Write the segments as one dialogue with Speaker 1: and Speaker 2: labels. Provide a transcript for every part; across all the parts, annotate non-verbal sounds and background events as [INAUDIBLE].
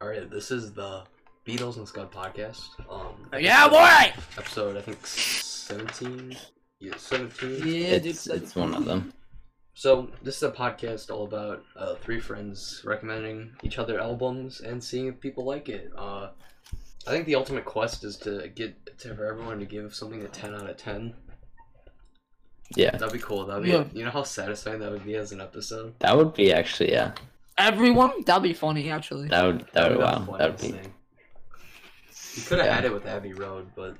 Speaker 1: All right, this is the Beatles and Scott podcast. Um,
Speaker 2: Oh,
Speaker 3: Yeah, boy!
Speaker 1: episode I think seventeen. Yeah, seventeen.
Speaker 3: Yeah,
Speaker 2: it's it's one of them.
Speaker 1: So this is a podcast all about uh, three friends recommending each other albums and seeing if people like it. Uh, I think the ultimate quest is to get to for everyone to give something a ten out of ten.
Speaker 2: Yeah,
Speaker 1: That'd be cool. That'd be
Speaker 3: Yeah.
Speaker 1: you know how satisfying that would be as an episode.
Speaker 2: that would be actually yeah.
Speaker 3: Everyone? That'd be funny, actually.
Speaker 2: That would that would
Speaker 1: be the
Speaker 2: wow. That
Speaker 1: funniest
Speaker 2: would be
Speaker 1: thing. You could have
Speaker 2: Yeah.
Speaker 1: had it with Abbey Road, but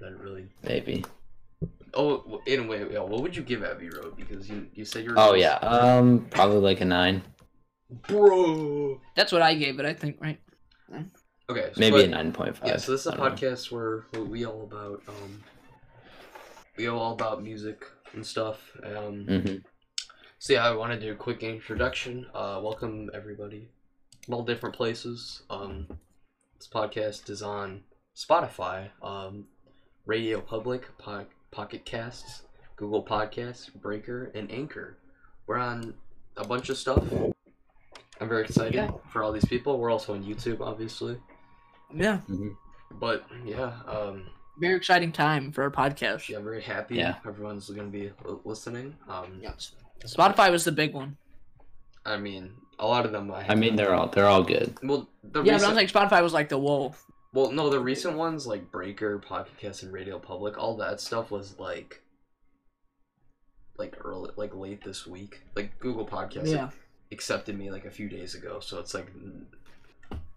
Speaker 1: that really.
Speaker 2: maybe.
Speaker 1: Oh, w- in a way, yeah. What would you give Abbey Road? Because you you said you were.
Speaker 2: Oh yeah. Um, probably like a nine,
Speaker 1: bro.
Speaker 3: That's what I gave it, I think, right?
Speaker 1: Okay, so
Speaker 2: maybe
Speaker 1: but-
Speaker 2: a nine point five.
Speaker 1: Yeah, so this is a podcast where we- we all about um, we all about music and stuff. Um,
Speaker 2: Mm-hmm.
Speaker 1: So yeah, I want to do a quick introduction. Uh, welcome everybody from all different places. Um, this podcast is on Spotify, um, Radio Public, po- Pocket Casts, Google Podcasts, Breaker, and Anchor. We're on a bunch of stuff. I'm very excited
Speaker 3: Yeah.
Speaker 1: for all these people. We're also on YouTube, obviously.
Speaker 3: Yeah.
Speaker 1: But yeah, um,
Speaker 3: Very exciting time for our podcast.
Speaker 1: yeah, I'm very happy.
Speaker 2: Yeah.
Speaker 1: Everyone's going to be l- listening. Um,
Speaker 3: Yes. Spotify was the big one.
Speaker 1: I mean, a lot of them. I,
Speaker 2: I mean, they're all they're all good.
Speaker 1: well, the
Speaker 3: Yeah, but I
Speaker 1: recent-
Speaker 3: was like, Spotify was like the whoa.
Speaker 1: Well, no, the recent ones like Breaker, Pocket Cast, and Radio Public, all that stuff was like, like early, like late this week. Like Google Podcasts
Speaker 3: Yeah.
Speaker 1: accepted me like a few days ago, so it's like n-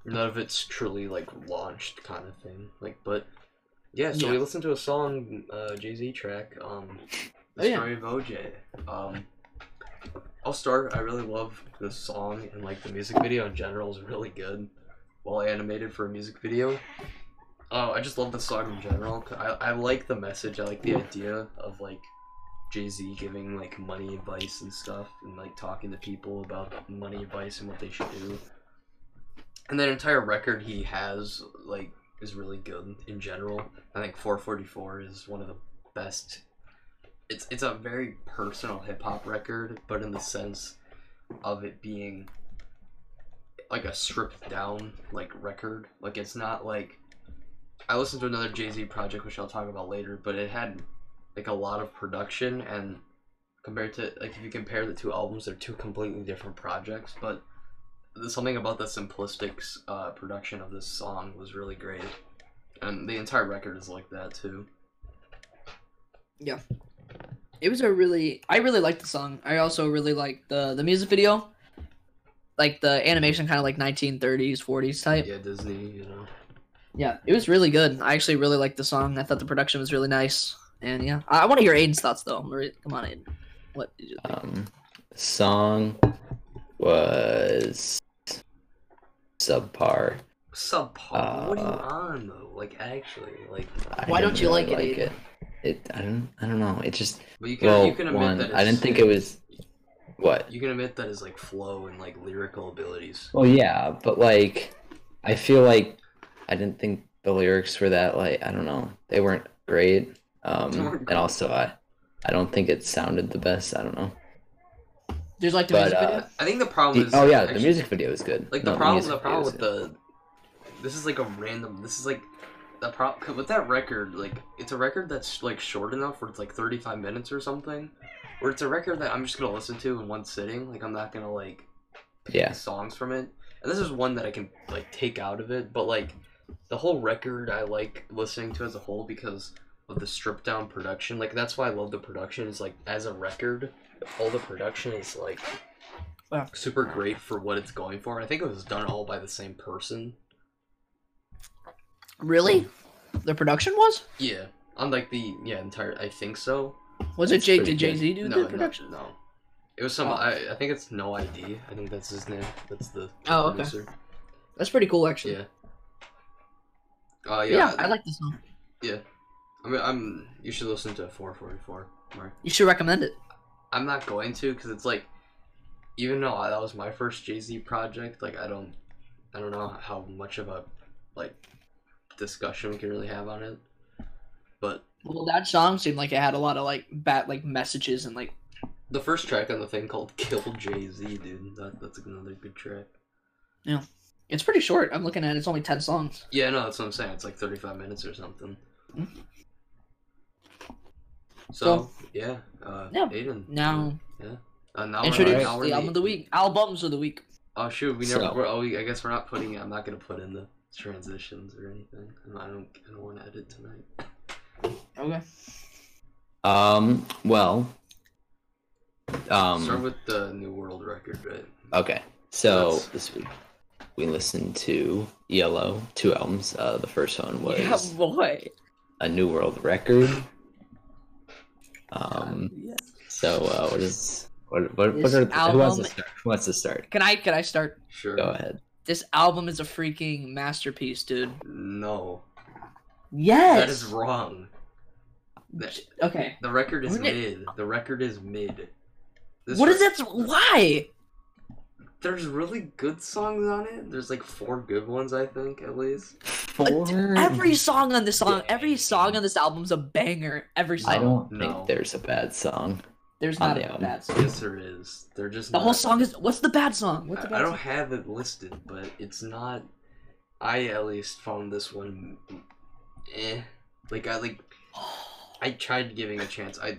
Speaker 1: none of it's truly like launched kind of thing. Like, but yeah, so we
Speaker 3: Yeah.
Speaker 1: listened to a song, uh, Jay Z track, um,
Speaker 3: Oh,
Speaker 1: the
Speaker 3: yeah.
Speaker 1: story of OJ. Um, I'll start. I really love this song and like the music video in general is really good. Well animated for a music video. Oh, I just love the song in general. I, I like the message. I like the idea of like Jay Z giving like money advice and stuff, and like talking to people about money advice and what they should do. And that entire record he has like is really good in general. I think 444 is one of the best. It's it's a very personal hip hop record, but in the sense of it being like a stripped down like record. Like it's not like I listened to another Jay Z project, which I'll talk about later, but it had like a lot of production and compared to like if you compare the two albums, they're two completely different projects. But there's something about the simplistic uh, production of this song was really great, and the entire record is like that too.
Speaker 3: It was a really I really liked the song. I also really liked the the music video. Like the animation kind of like 1930s, 40s type.
Speaker 1: Yeah, Disney, you know.
Speaker 3: Yeah, it was really good. I actually really liked the song. I thought the production was really nice. And yeah, I, I want to hear Aiden's thoughts though. Maria- Come on, Aiden. What? Did you think?
Speaker 2: Um, song was subpar.
Speaker 1: Subpar. what are you
Speaker 2: Uh,
Speaker 1: on though? Like actually, like.
Speaker 2: I
Speaker 3: Why
Speaker 2: didn't
Speaker 3: don't you like it,
Speaker 2: it? It- I don't I don't know. It just
Speaker 1: But you can
Speaker 2: well
Speaker 1: you can admit
Speaker 2: one.
Speaker 1: that. It's,
Speaker 2: I didn't think it was what.
Speaker 1: You can admit that his like flow and like lyrical abilities.
Speaker 2: Well, yeah, but like, I feel like I didn't think the lyrics were that like I don't know they weren't great, um,
Speaker 1: They weren't
Speaker 2: and also I I don't think it sounded the best. I don't know.
Speaker 3: There's like the
Speaker 2: But,
Speaker 3: music
Speaker 2: uh,
Speaker 3: video.
Speaker 1: I think the problem
Speaker 2: The-
Speaker 1: is.
Speaker 2: oh yeah, the
Speaker 1: actually-
Speaker 2: music video is good.
Speaker 1: Like
Speaker 2: No,
Speaker 1: the problem,
Speaker 2: music
Speaker 1: the
Speaker 2: video
Speaker 1: problem
Speaker 2: is
Speaker 1: with the, this is like a random. This is like, the problem with that record. Like it's a record that's like short enough where it's like thirty five minutes or something, or it's a record that I'm just gonna listen to in one sitting. Like I'm not gonna like
Speaker 2: good. yeah,
Speaker 1: songs from it. And this is one that I can like take out of it, but like the whole record I like listening to as a whole because of the stripped down production. Like that's why I love the production is like as a record, all the production is like
Speaker 3: Yeah.
Speaker 1: super great for what it's going for. And I think it was done all by the same person.
Speaker 3: Really? The production was?
Speaker 1: Yeah. Unlike the yeah, entire I think so.
Speaker 3: Was it
Speaker 2: It's
Speaker 3: Jay?
Speaker 2: pretty
Speaker 3: Did Jay Z do
Speaker 1: no,
Speaker 3: the production?
Speaker 1: No, no. It was some
Speaker 3: Oh.
Speaker 1: I, I think it's no ID. I think that's his name. That's the
Speaker 3: Oh, okay.
Speaker 1: producer.
Speaker 3: That's pretty cool, actually.
Speaker 1: Yeah. Uh,
Speaker 3: Yeah, I like the song.
Speaker 1: I mean, I'm. You should listen to 444. Mark.
Speaker 3: You should recommend it.
Speaker 1: I'm not going to because it's like, even though I, that was my first Jay Z project, like I don't, I don't know how much of a, like, discussion we can really have on it. But
Speaker 3: Well, that song seemed like it had a lot of like bat like messages and like
Speaker 1: the [LAUGHS] first track on the thing called "Kill Jay Z," dude, that, that's another good track.
Speaker 3: It's pretty short. I'm looking at it, it's only ten songs.
Speaker 1: Yeah, no, that's what I'm saying. It's like 35 minutes or something.
Speaker 3: Hmm.
Speaker 1: So, yeah, uh,
Speaker 3: Yeah.
Speaker 1: Aiden.
Speaker 3: Now
Speaker 1: uh, now we're,
Speaker 3: introduce
Speaker 1: now we're
Speaker 3: the
Speaker 1: late.
Speaker 3: album of the week. Albums of the week.
Speaker 1: Oh shoot, we never.
Speaker 2: So-
Speaker 1: We're, oh, we, I guess we're not putting. I'm not gonna put in the transitions or anything. I don't. I don't, I don't want to edit tonight.
Speaker 3: Okay.
Speaker 2: Um. Well.
Speaker 1: Start
Speaker 2: Um.
Speaker 1: with the New World record, right?
Speaker 2: Okay. So
Speaker 1: That's-
Speaker 2: this week we listened to Yellow two albums. Uh, the first one was
Speaker 3: Yeah, boy.
Speaker 2: a New World Record. Um.
Speaker 3: Yeah.
Speaker 2: So uh, what is what what, what
Speaker 3: This
Speaker 2: are who wants
Speaker 3: album-
Speaker 2: to start? Who wants to start?
Speaker 3: Can I can I start?
Speaker 1: Sure.
Speaker 2: Go ahead.
Speaker 3: This album is a freaking masterpiece, dude.
Speaker 1: No,
Speaker 3: Yes.
Speaker 1: that is wrong. That-
Speaker 3: Okay.
Speaker 1: the record is
Speaker 3: Wouldn't
Speaker 1: mid. The record is mid.
Speaker 3: what is
Speaker 1: re-
Speaker 3: that? Why?
Speaker 1: There's really good songs on it. There's like four good ones, I think, at least.
Speaker 2: Four.
Speaker 1: Mm.
Speaker 3: Every song on this song, every song on this album's a banger. Every song.
Speaker 2: I don't
Speaker 1: No.
Speaker 2: think there's a bad song.
Speaker 3: There's
Speaker 2: on
Speaker 3: not
Speaker 2: the
Speaker 3: a
Speaker 2: album.
Speaker 3: bad song.
Speaker 1: Yes, there is. They're just
Speaker 3: The whole
Speaker 1: not-
Speaker 3: song is. What's the bad song? What's the
Speaker 1: I,
Speaker 3: bad
Speaker 1: I don't
Speaker 3: song?
Speaker 1: have it listed, but it's not. I at least found this one, eh. Like I like I tried giving a chance. I,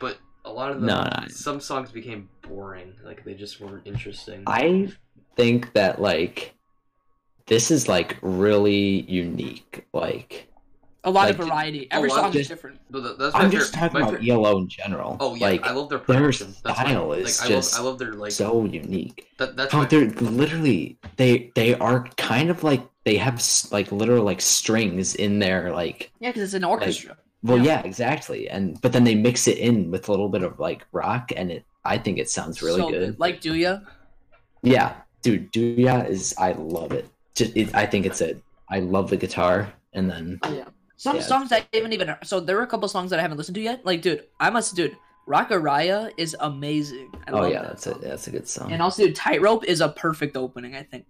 Speaker 1: but a lot of the
Speaker 2: No, no.
Speaker 1: some songs became boring. Like they just weren't interesting.
Speaker 2: I think that like this is like really unique. Like
Speaker 3: [GASPS] A lot of
Speaker 2: Like,
Speaker 3: variety.
Speaker 1: a
Speaker 3: Every
Speaker 1: lot
Speaker 3: song
Speaker 2: of
Speaker 3: is
Speaker 2: just-
Speaker 3: different.
Speaker 1: but th- that's my
Speaker 2: I'm just
Speaker 1: favorite-
Speaker 2: talking
Speaker 1: my
Speaker 2: about
Speaker 1: favorite-
Speaker 2: Yellow E in general.
Speaker 1: Oh yeah,
Speaker 2: like
Speaker 1: I love their
Speaker 2: their
Speaker 1: production. That's my-
Speaker 2: style
Speaker 1: like,
Speaker 2: is
Speaker 1: I
Speaker 2: just
Speaker 1: love I love their like
Speaker 2: so unique.
Speaker 1: that, that's
Speaker 2: How
Speaker 1: my,
Speaker 2: they're literally they they are kind of like they have s- like literal like strings in their like
Speaker 3: Yeah, because it's an orchestra.
Speaker 2: well
Speaker 3: Yeah.
Speaker 2: yeah exactly and but then they mix it in with a little bit of like rock and it I think it sounds really
Speaker 3: So
Speaker 2: good.
Speaker 3: Like Do Ya?
Speaker 2: Yeah, dude, Duya is I love it. Just it, I think it's it. I love the guitar and then
Speaker 3: Oh, Yeah. Some
Speaker 2: Yeah.
Speaker 3: songs I haven't even. So there were a couple songs that I haven't listened to yet. Like, dude, I must, dude, Rock Raya is amazing. I
Speaker 2: oh
Speaker 3: love
Speaker 2: yeah,
Speaker 3: that
Speaker 2: that's
Speaker 3: song.
Speaker 2: a that's a good song.
Speaker 3: And also, dude, Tightrope is a perfect opening, I think.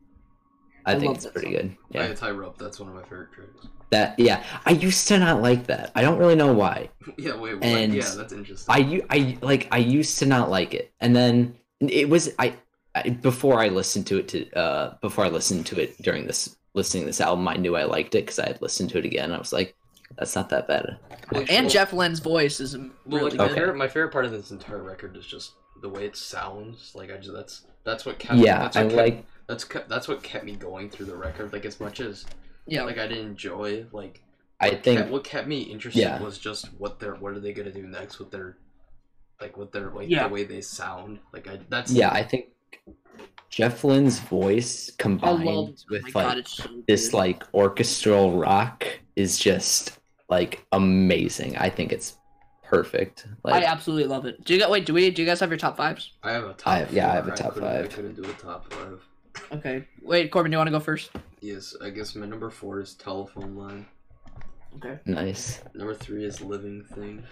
Speaker 2: I,
Speaker 3: I
Speaker 2: think
Speaker 3: love
Speaker 2: it's
Speaker 3: that
Speaker 2: pretty
Speaker 3: song.
Speaker 2: good. Yeah.
Speaker 1: yeah. I tie rope. That's one of my favorite tricks.
Speaker 2: That yeah, I used to not like that. I don't really know why.
Speaker 1: [LAUGHS] yeah, wait, what?
Speaker 2: And
Speaker 1: yeah, that's interesting.
Speaker 2: I u- I like I used to not like it, and then it was I, I before I listened to it to uh before I listened to it during this listening to this album, I knew I liked it because I had listened to it again. I was like, that's not that bad.
Speaker 1: Well,
Speaker 3: And
Speaker 1: well-
Speaker 3: Jeff Lynne's voice is really
Speaker 1: Well, like,
Speaker 3: good.
Speaker 1: my
Speaker 2: Okay.
Speaker 1: favorite, my favorite part of this entire record is just the way it sounds. Like I just that's that's what kept
Speaker 2: Yeah,
Speaker 1: that's
Speaker 2: I
Speaker 1: what kept,
Speaker 2: like
Speaker 1: that's kept, that's what kept me going through the record. Like as much as
Speaker 3: Yeah.
Speaker 1: like I didn't enjoy like
Speaker 2: I
Speaker 1: what
Speaker 2: think
Speaker 1: kept, what kept me interested
Speaker 2: Yeah.
Speaker 1: was just what they're what are they gonna do next with their like what their like
Speaker 3: Yeah.
Speaker 1: the way they sound. Like I that's
Speaker 2: Yeah, I think Jeff Lynne's voice
Speaker 3: I
Speaker 2: combined
Speaker 3: love.
Speaker 2: with
Speaker 3: my
Speaker 2: like
Speaker 3: God, it's so
Speaker 2: this
Speaker 3: good.
Speaker 2: like orchestral rock is just like amazing. I think it's perfect. Like
Speaker 3: I absolutely love it. Do you got wait? Do we? Do you guys have your top fives?
Speaker 1: I have a top.
Speaker 2: I have- yeah, I have a
Speaker 1: four.
Speaker 2: top
Speaker 1: couldn't- I
Speaker 2: five.
Speaker 1: couldn't do a top five.
Speaker 3: Okay. Wait, Corbin, do you want to go first?
Speaker 1: Yes, I guess my number four is telephone line.
Speaker 3: Okay.
Speaker 2: nice.
Speaker 1: Number three is living thing.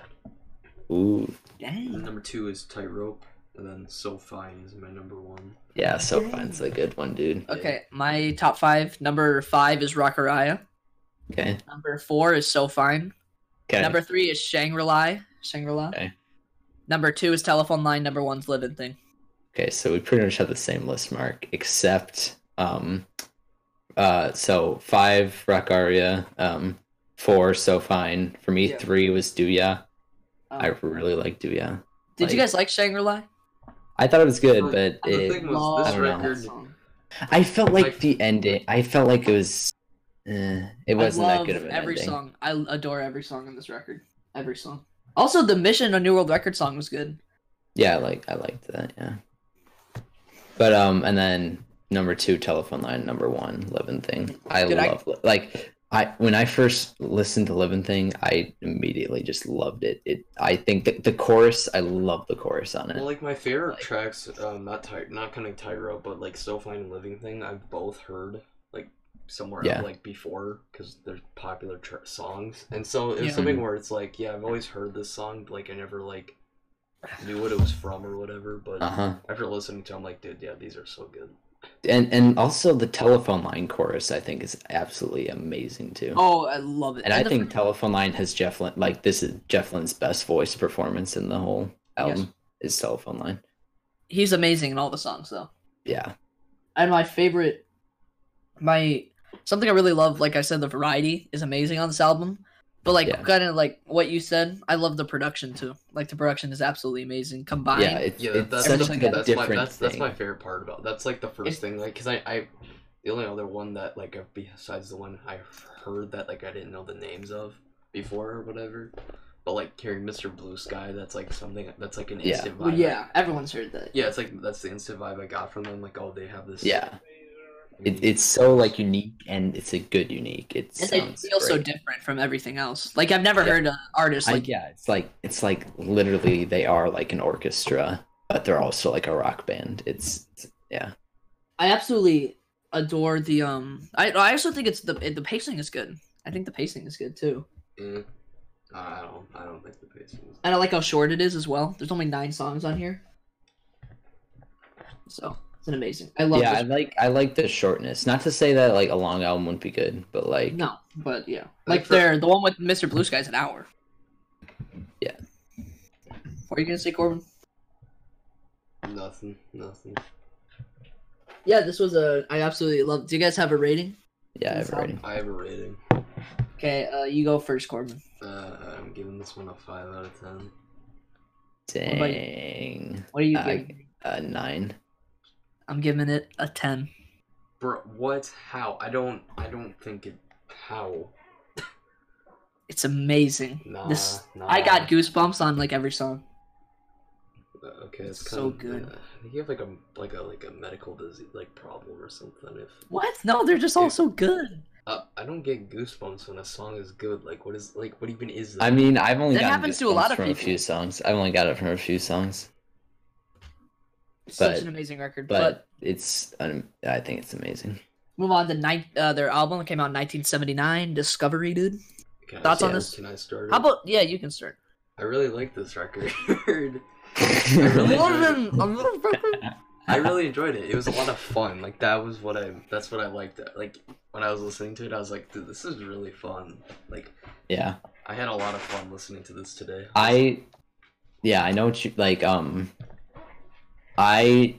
Speaker 2: Ooh.
Speaker 3: Dang.
Speaker 1: Number two is tightrope, and then so fine is my number one.
Speaker 2: Yeah, so
Speaker 3: Dang.
Speaker 2: fine's a good one, dude.
Speaker 3: Okay, my top five. Number five is Rockaraya.
Speaker 2: Okay.
Speaker 3: Number four is So Fine.
Speaker 2: Okay.
Speaker 3: Number three is Shangri La. Shangri La.
Speaker 2: Okay.
Speaker 3: Number two is Telephone Line. Number one's Living Thing.
Speaker 2: okay, so we pretty much have the same list mark, except um uh so five Rockaria, um four so fine. For me
Speaker 3: Yeah.
Speaker 2: three was Duya.
Speaker 3: Um,
Speaker 1: Oh.
Speaker 2: I really like Duya.
Speaker 3: did you
Speaker 2: like-
Speaker 3: guys like Shangri La?
Speaker 2: I thought it was good,
Speaker 1: Well,
Speaker 2: but
Speaker 1: the
Speaker 2: it,
Speaker 1: thing was,
Speaker 2: I
Speaker 1: this
Speaker 2: don't know.
Speaker 1: record,
Speaker 2: I felt like
Speaker 1: Like-
Speaker 2: the ending. I felt like it was. Eh, it wasn't
Speaker 3: I
Speaker 2: that
Speaker 3: love
Speaker 2: good of an
Speaker 3: every
Speaker 2: ending.
Speaker 3: song. I adore every song on this record. Every song. Also, the Mission on New World Record song was good.
Speaker 2: Yeah, I like I liked that. Yeah. But um, and then number two, telephone line. Number one, Livin' Thing. I
Speaker 3: Did I-
Speaker 2: love like I when I first listened to Livin' Thing, I immediately just loved it. It I think that the chorus, I love the chorus on
Speaker 1: well,
Speaker 2: it.
Speaker 1: like my favorite
Speaker 2: Like-
Speaker 1: tracks, um, not ty- not kind of Tyro, but like So Fine and Living Thing, I've both heard like somewhere
Speaker 2: Yeah.
Speaker 1: like before because they're popular tr- songs, and so it was
Speaker 3: Yeah.
Speaker 1: something where it's like, yeah, I've always heard this song, but like I never like knew what it was from or whatever, but
Speaker 2: Uh huh.
Speaker 1: after listening to, it, I'm like, dude, yeah, these are so good.
Speaker 2: And and also the telephone line chorus, I think is absolutely amazing too.
Speaker 3: Oh, I love it.
Speaker 2: And I
Speaker 3: the
Speaker 2: think Telephone Line has Jeff Lynne, like this is Jeff Lynne's best voice performance in the whole album is Telephone Line.
Speaker 3: he's amazing in all the songs though.
Speaker 2: Yeah.
Speaker 3: And my favorite my something I really love, like I said, the variety is amazing on this album. But like
Speaker 2: Yeah.
Speaker 3: kind of like what you said, I love the production too. Like the production is absolutely amazing combined.
Speaker 2: yeah, it,
Speaker 1: Yeah,
Speaker 2: it's
Speaker 1: that's,
Speaker 2: such
Speaker 1: that's,
Speaker 3: like
Speaker 2: a
Speaker 1: that's my,
Speaker 2: different
Speaker 1: that's, that's
Speaker 2: thing.
Speaker 1: my favorite part about. That's like the first thing, like, cause I, I, the only other one that like I've- besides the one I heard that like I didn't know the names of before or whatever, but like hearing Mr. Blue Sky, that's like something that's like an
Speaker 2: Yeah.
Speaker 1: instant vibe.
Speaker 3: Well, yeah, everyone's heard that.
Speaker 1: yeah, it's like that's the instant vibe I got from them. Like, oh, they have this.
Speaker 2: yeah, it, it's so like unique and it's a good unique. It
Speaker 3: And they
Speaker 2: sounds
Speaker 3: feel so
Speaker 2: great.
Speaker 3: different from everything else. Like I've never
Speaker 2: Yeah.
Speaker 3: heard an artist
Speaker 2: I-
Speaker 3: like
Speaker 2: yeah, it's like it's like literally they are like an orchestra, but they're also like a rock band. It's
Speaker 3: I absolutely adore the um. I I also think it's the the pacing is good. I think the pacing is good too,
Speaker 1: Mm. I don't. I don't think the pacing. is-
Speaker 3: and I like how short it is as well. There's only nine songs on here, so it's an amazing. I love.
Speaker 2: yeah, I
Speaker 3: this.
Speaker 2: like I like the shortness. Not to say that like a long album wouldn't be good, but like
Speaker 3: no, but yeah, like
Speaker 1: for-
Speaker 3: there the one with Mr. Blue Sky's an hour.
Speaker 2: Yeah.
Speaker 3: What are you gonna say, Corbin?
Speaker 1: Nothing. Nothing.
Speaker 3: Yeah, this was a. I absolutely love. Do you guys have a rating?
Speaker 2: yeah,
Speaker 3: This
Speaker 2: I've already.
Speaker 1: I have a rating.
Speaker 3: Okay, uh, you go first, Corbin.
Speaker 1: Uh, I'm giving this one a five out of ten.
Speaker 3: about you?
Speaker 2: Dang,
Speaker 3: What are you
Speaker 2: I-
Speaker 3: giving?
Speaker 2: a uh, nine.
Speaker 3: Uh, I'm giving it a ten.
Speaker 1: Bro, what? How? I don't. I don't think it. How?
Speaker 3: It's amazing.
Speaker 1: Nah.
Speaker 3: This
Speaker 1: nah.
Speaker 3: I got goosebumps on like every song.
Speaker 1: Uh, Okay, it's
Speaker 3: It's
Speaker 1: kind
Speaker 3: so
Speaker 1: of,
Speaker 3: good.
Speaker 1: Uh, I think you have like a like a like a medical disease like problem or something. If
Speaker 3: What? No, they're just all
Speaker 1: Dude.
Speaker 3: so good.
Speaker 1: uh, I don't get goosebumps when a song is good, like what is like what even is that?
Speaker 2: I mean, I've only
Speaker 3: That
Speaker 2: gotten
Speaker 3: happens to a lot
Speaker 2: goosebumps
Speaker 3: of
Speaker 2: from a
Speaker 3: people.
Speaker 2: few songs. I've only got it from a few songs,
Speaker 3: Such
Speaker 2: But-
Speaker 3: an amazing record. But,
Speaker 2: but, it's um, I think it's amazing.
Speaker 3: move on to nine. Uh, their album that came out in 1979, Discovery, dude.
Speaker 1: Can I
Speaker 3: thoughts on
Speaker 1: start?
Speaker 3: this?
Speaker 1: Can I start?
Speaker 3: How
Speaker 1: it?
Speaker 3: about yeah? You can start.
Speaker 1: I really like this record. [LAUGHS]
Speaker 3: A
Speaker 1: really
Speaker 3: little
Speaker 1: enjoyed
Speaker 3: bit- a little bit-
Speaker 1: [LAUGHS] I really enjoyed it. It was a lot of fun. Like that was what I that's what I liked. Like when I was listening to it, I was like, dude, this is really fun. Like
Speaker 2: [LAUGHS] yeah,
Speaker 1: I had a lot of fun listening to this today.
Speaker 2: I yeah, I know what you like um I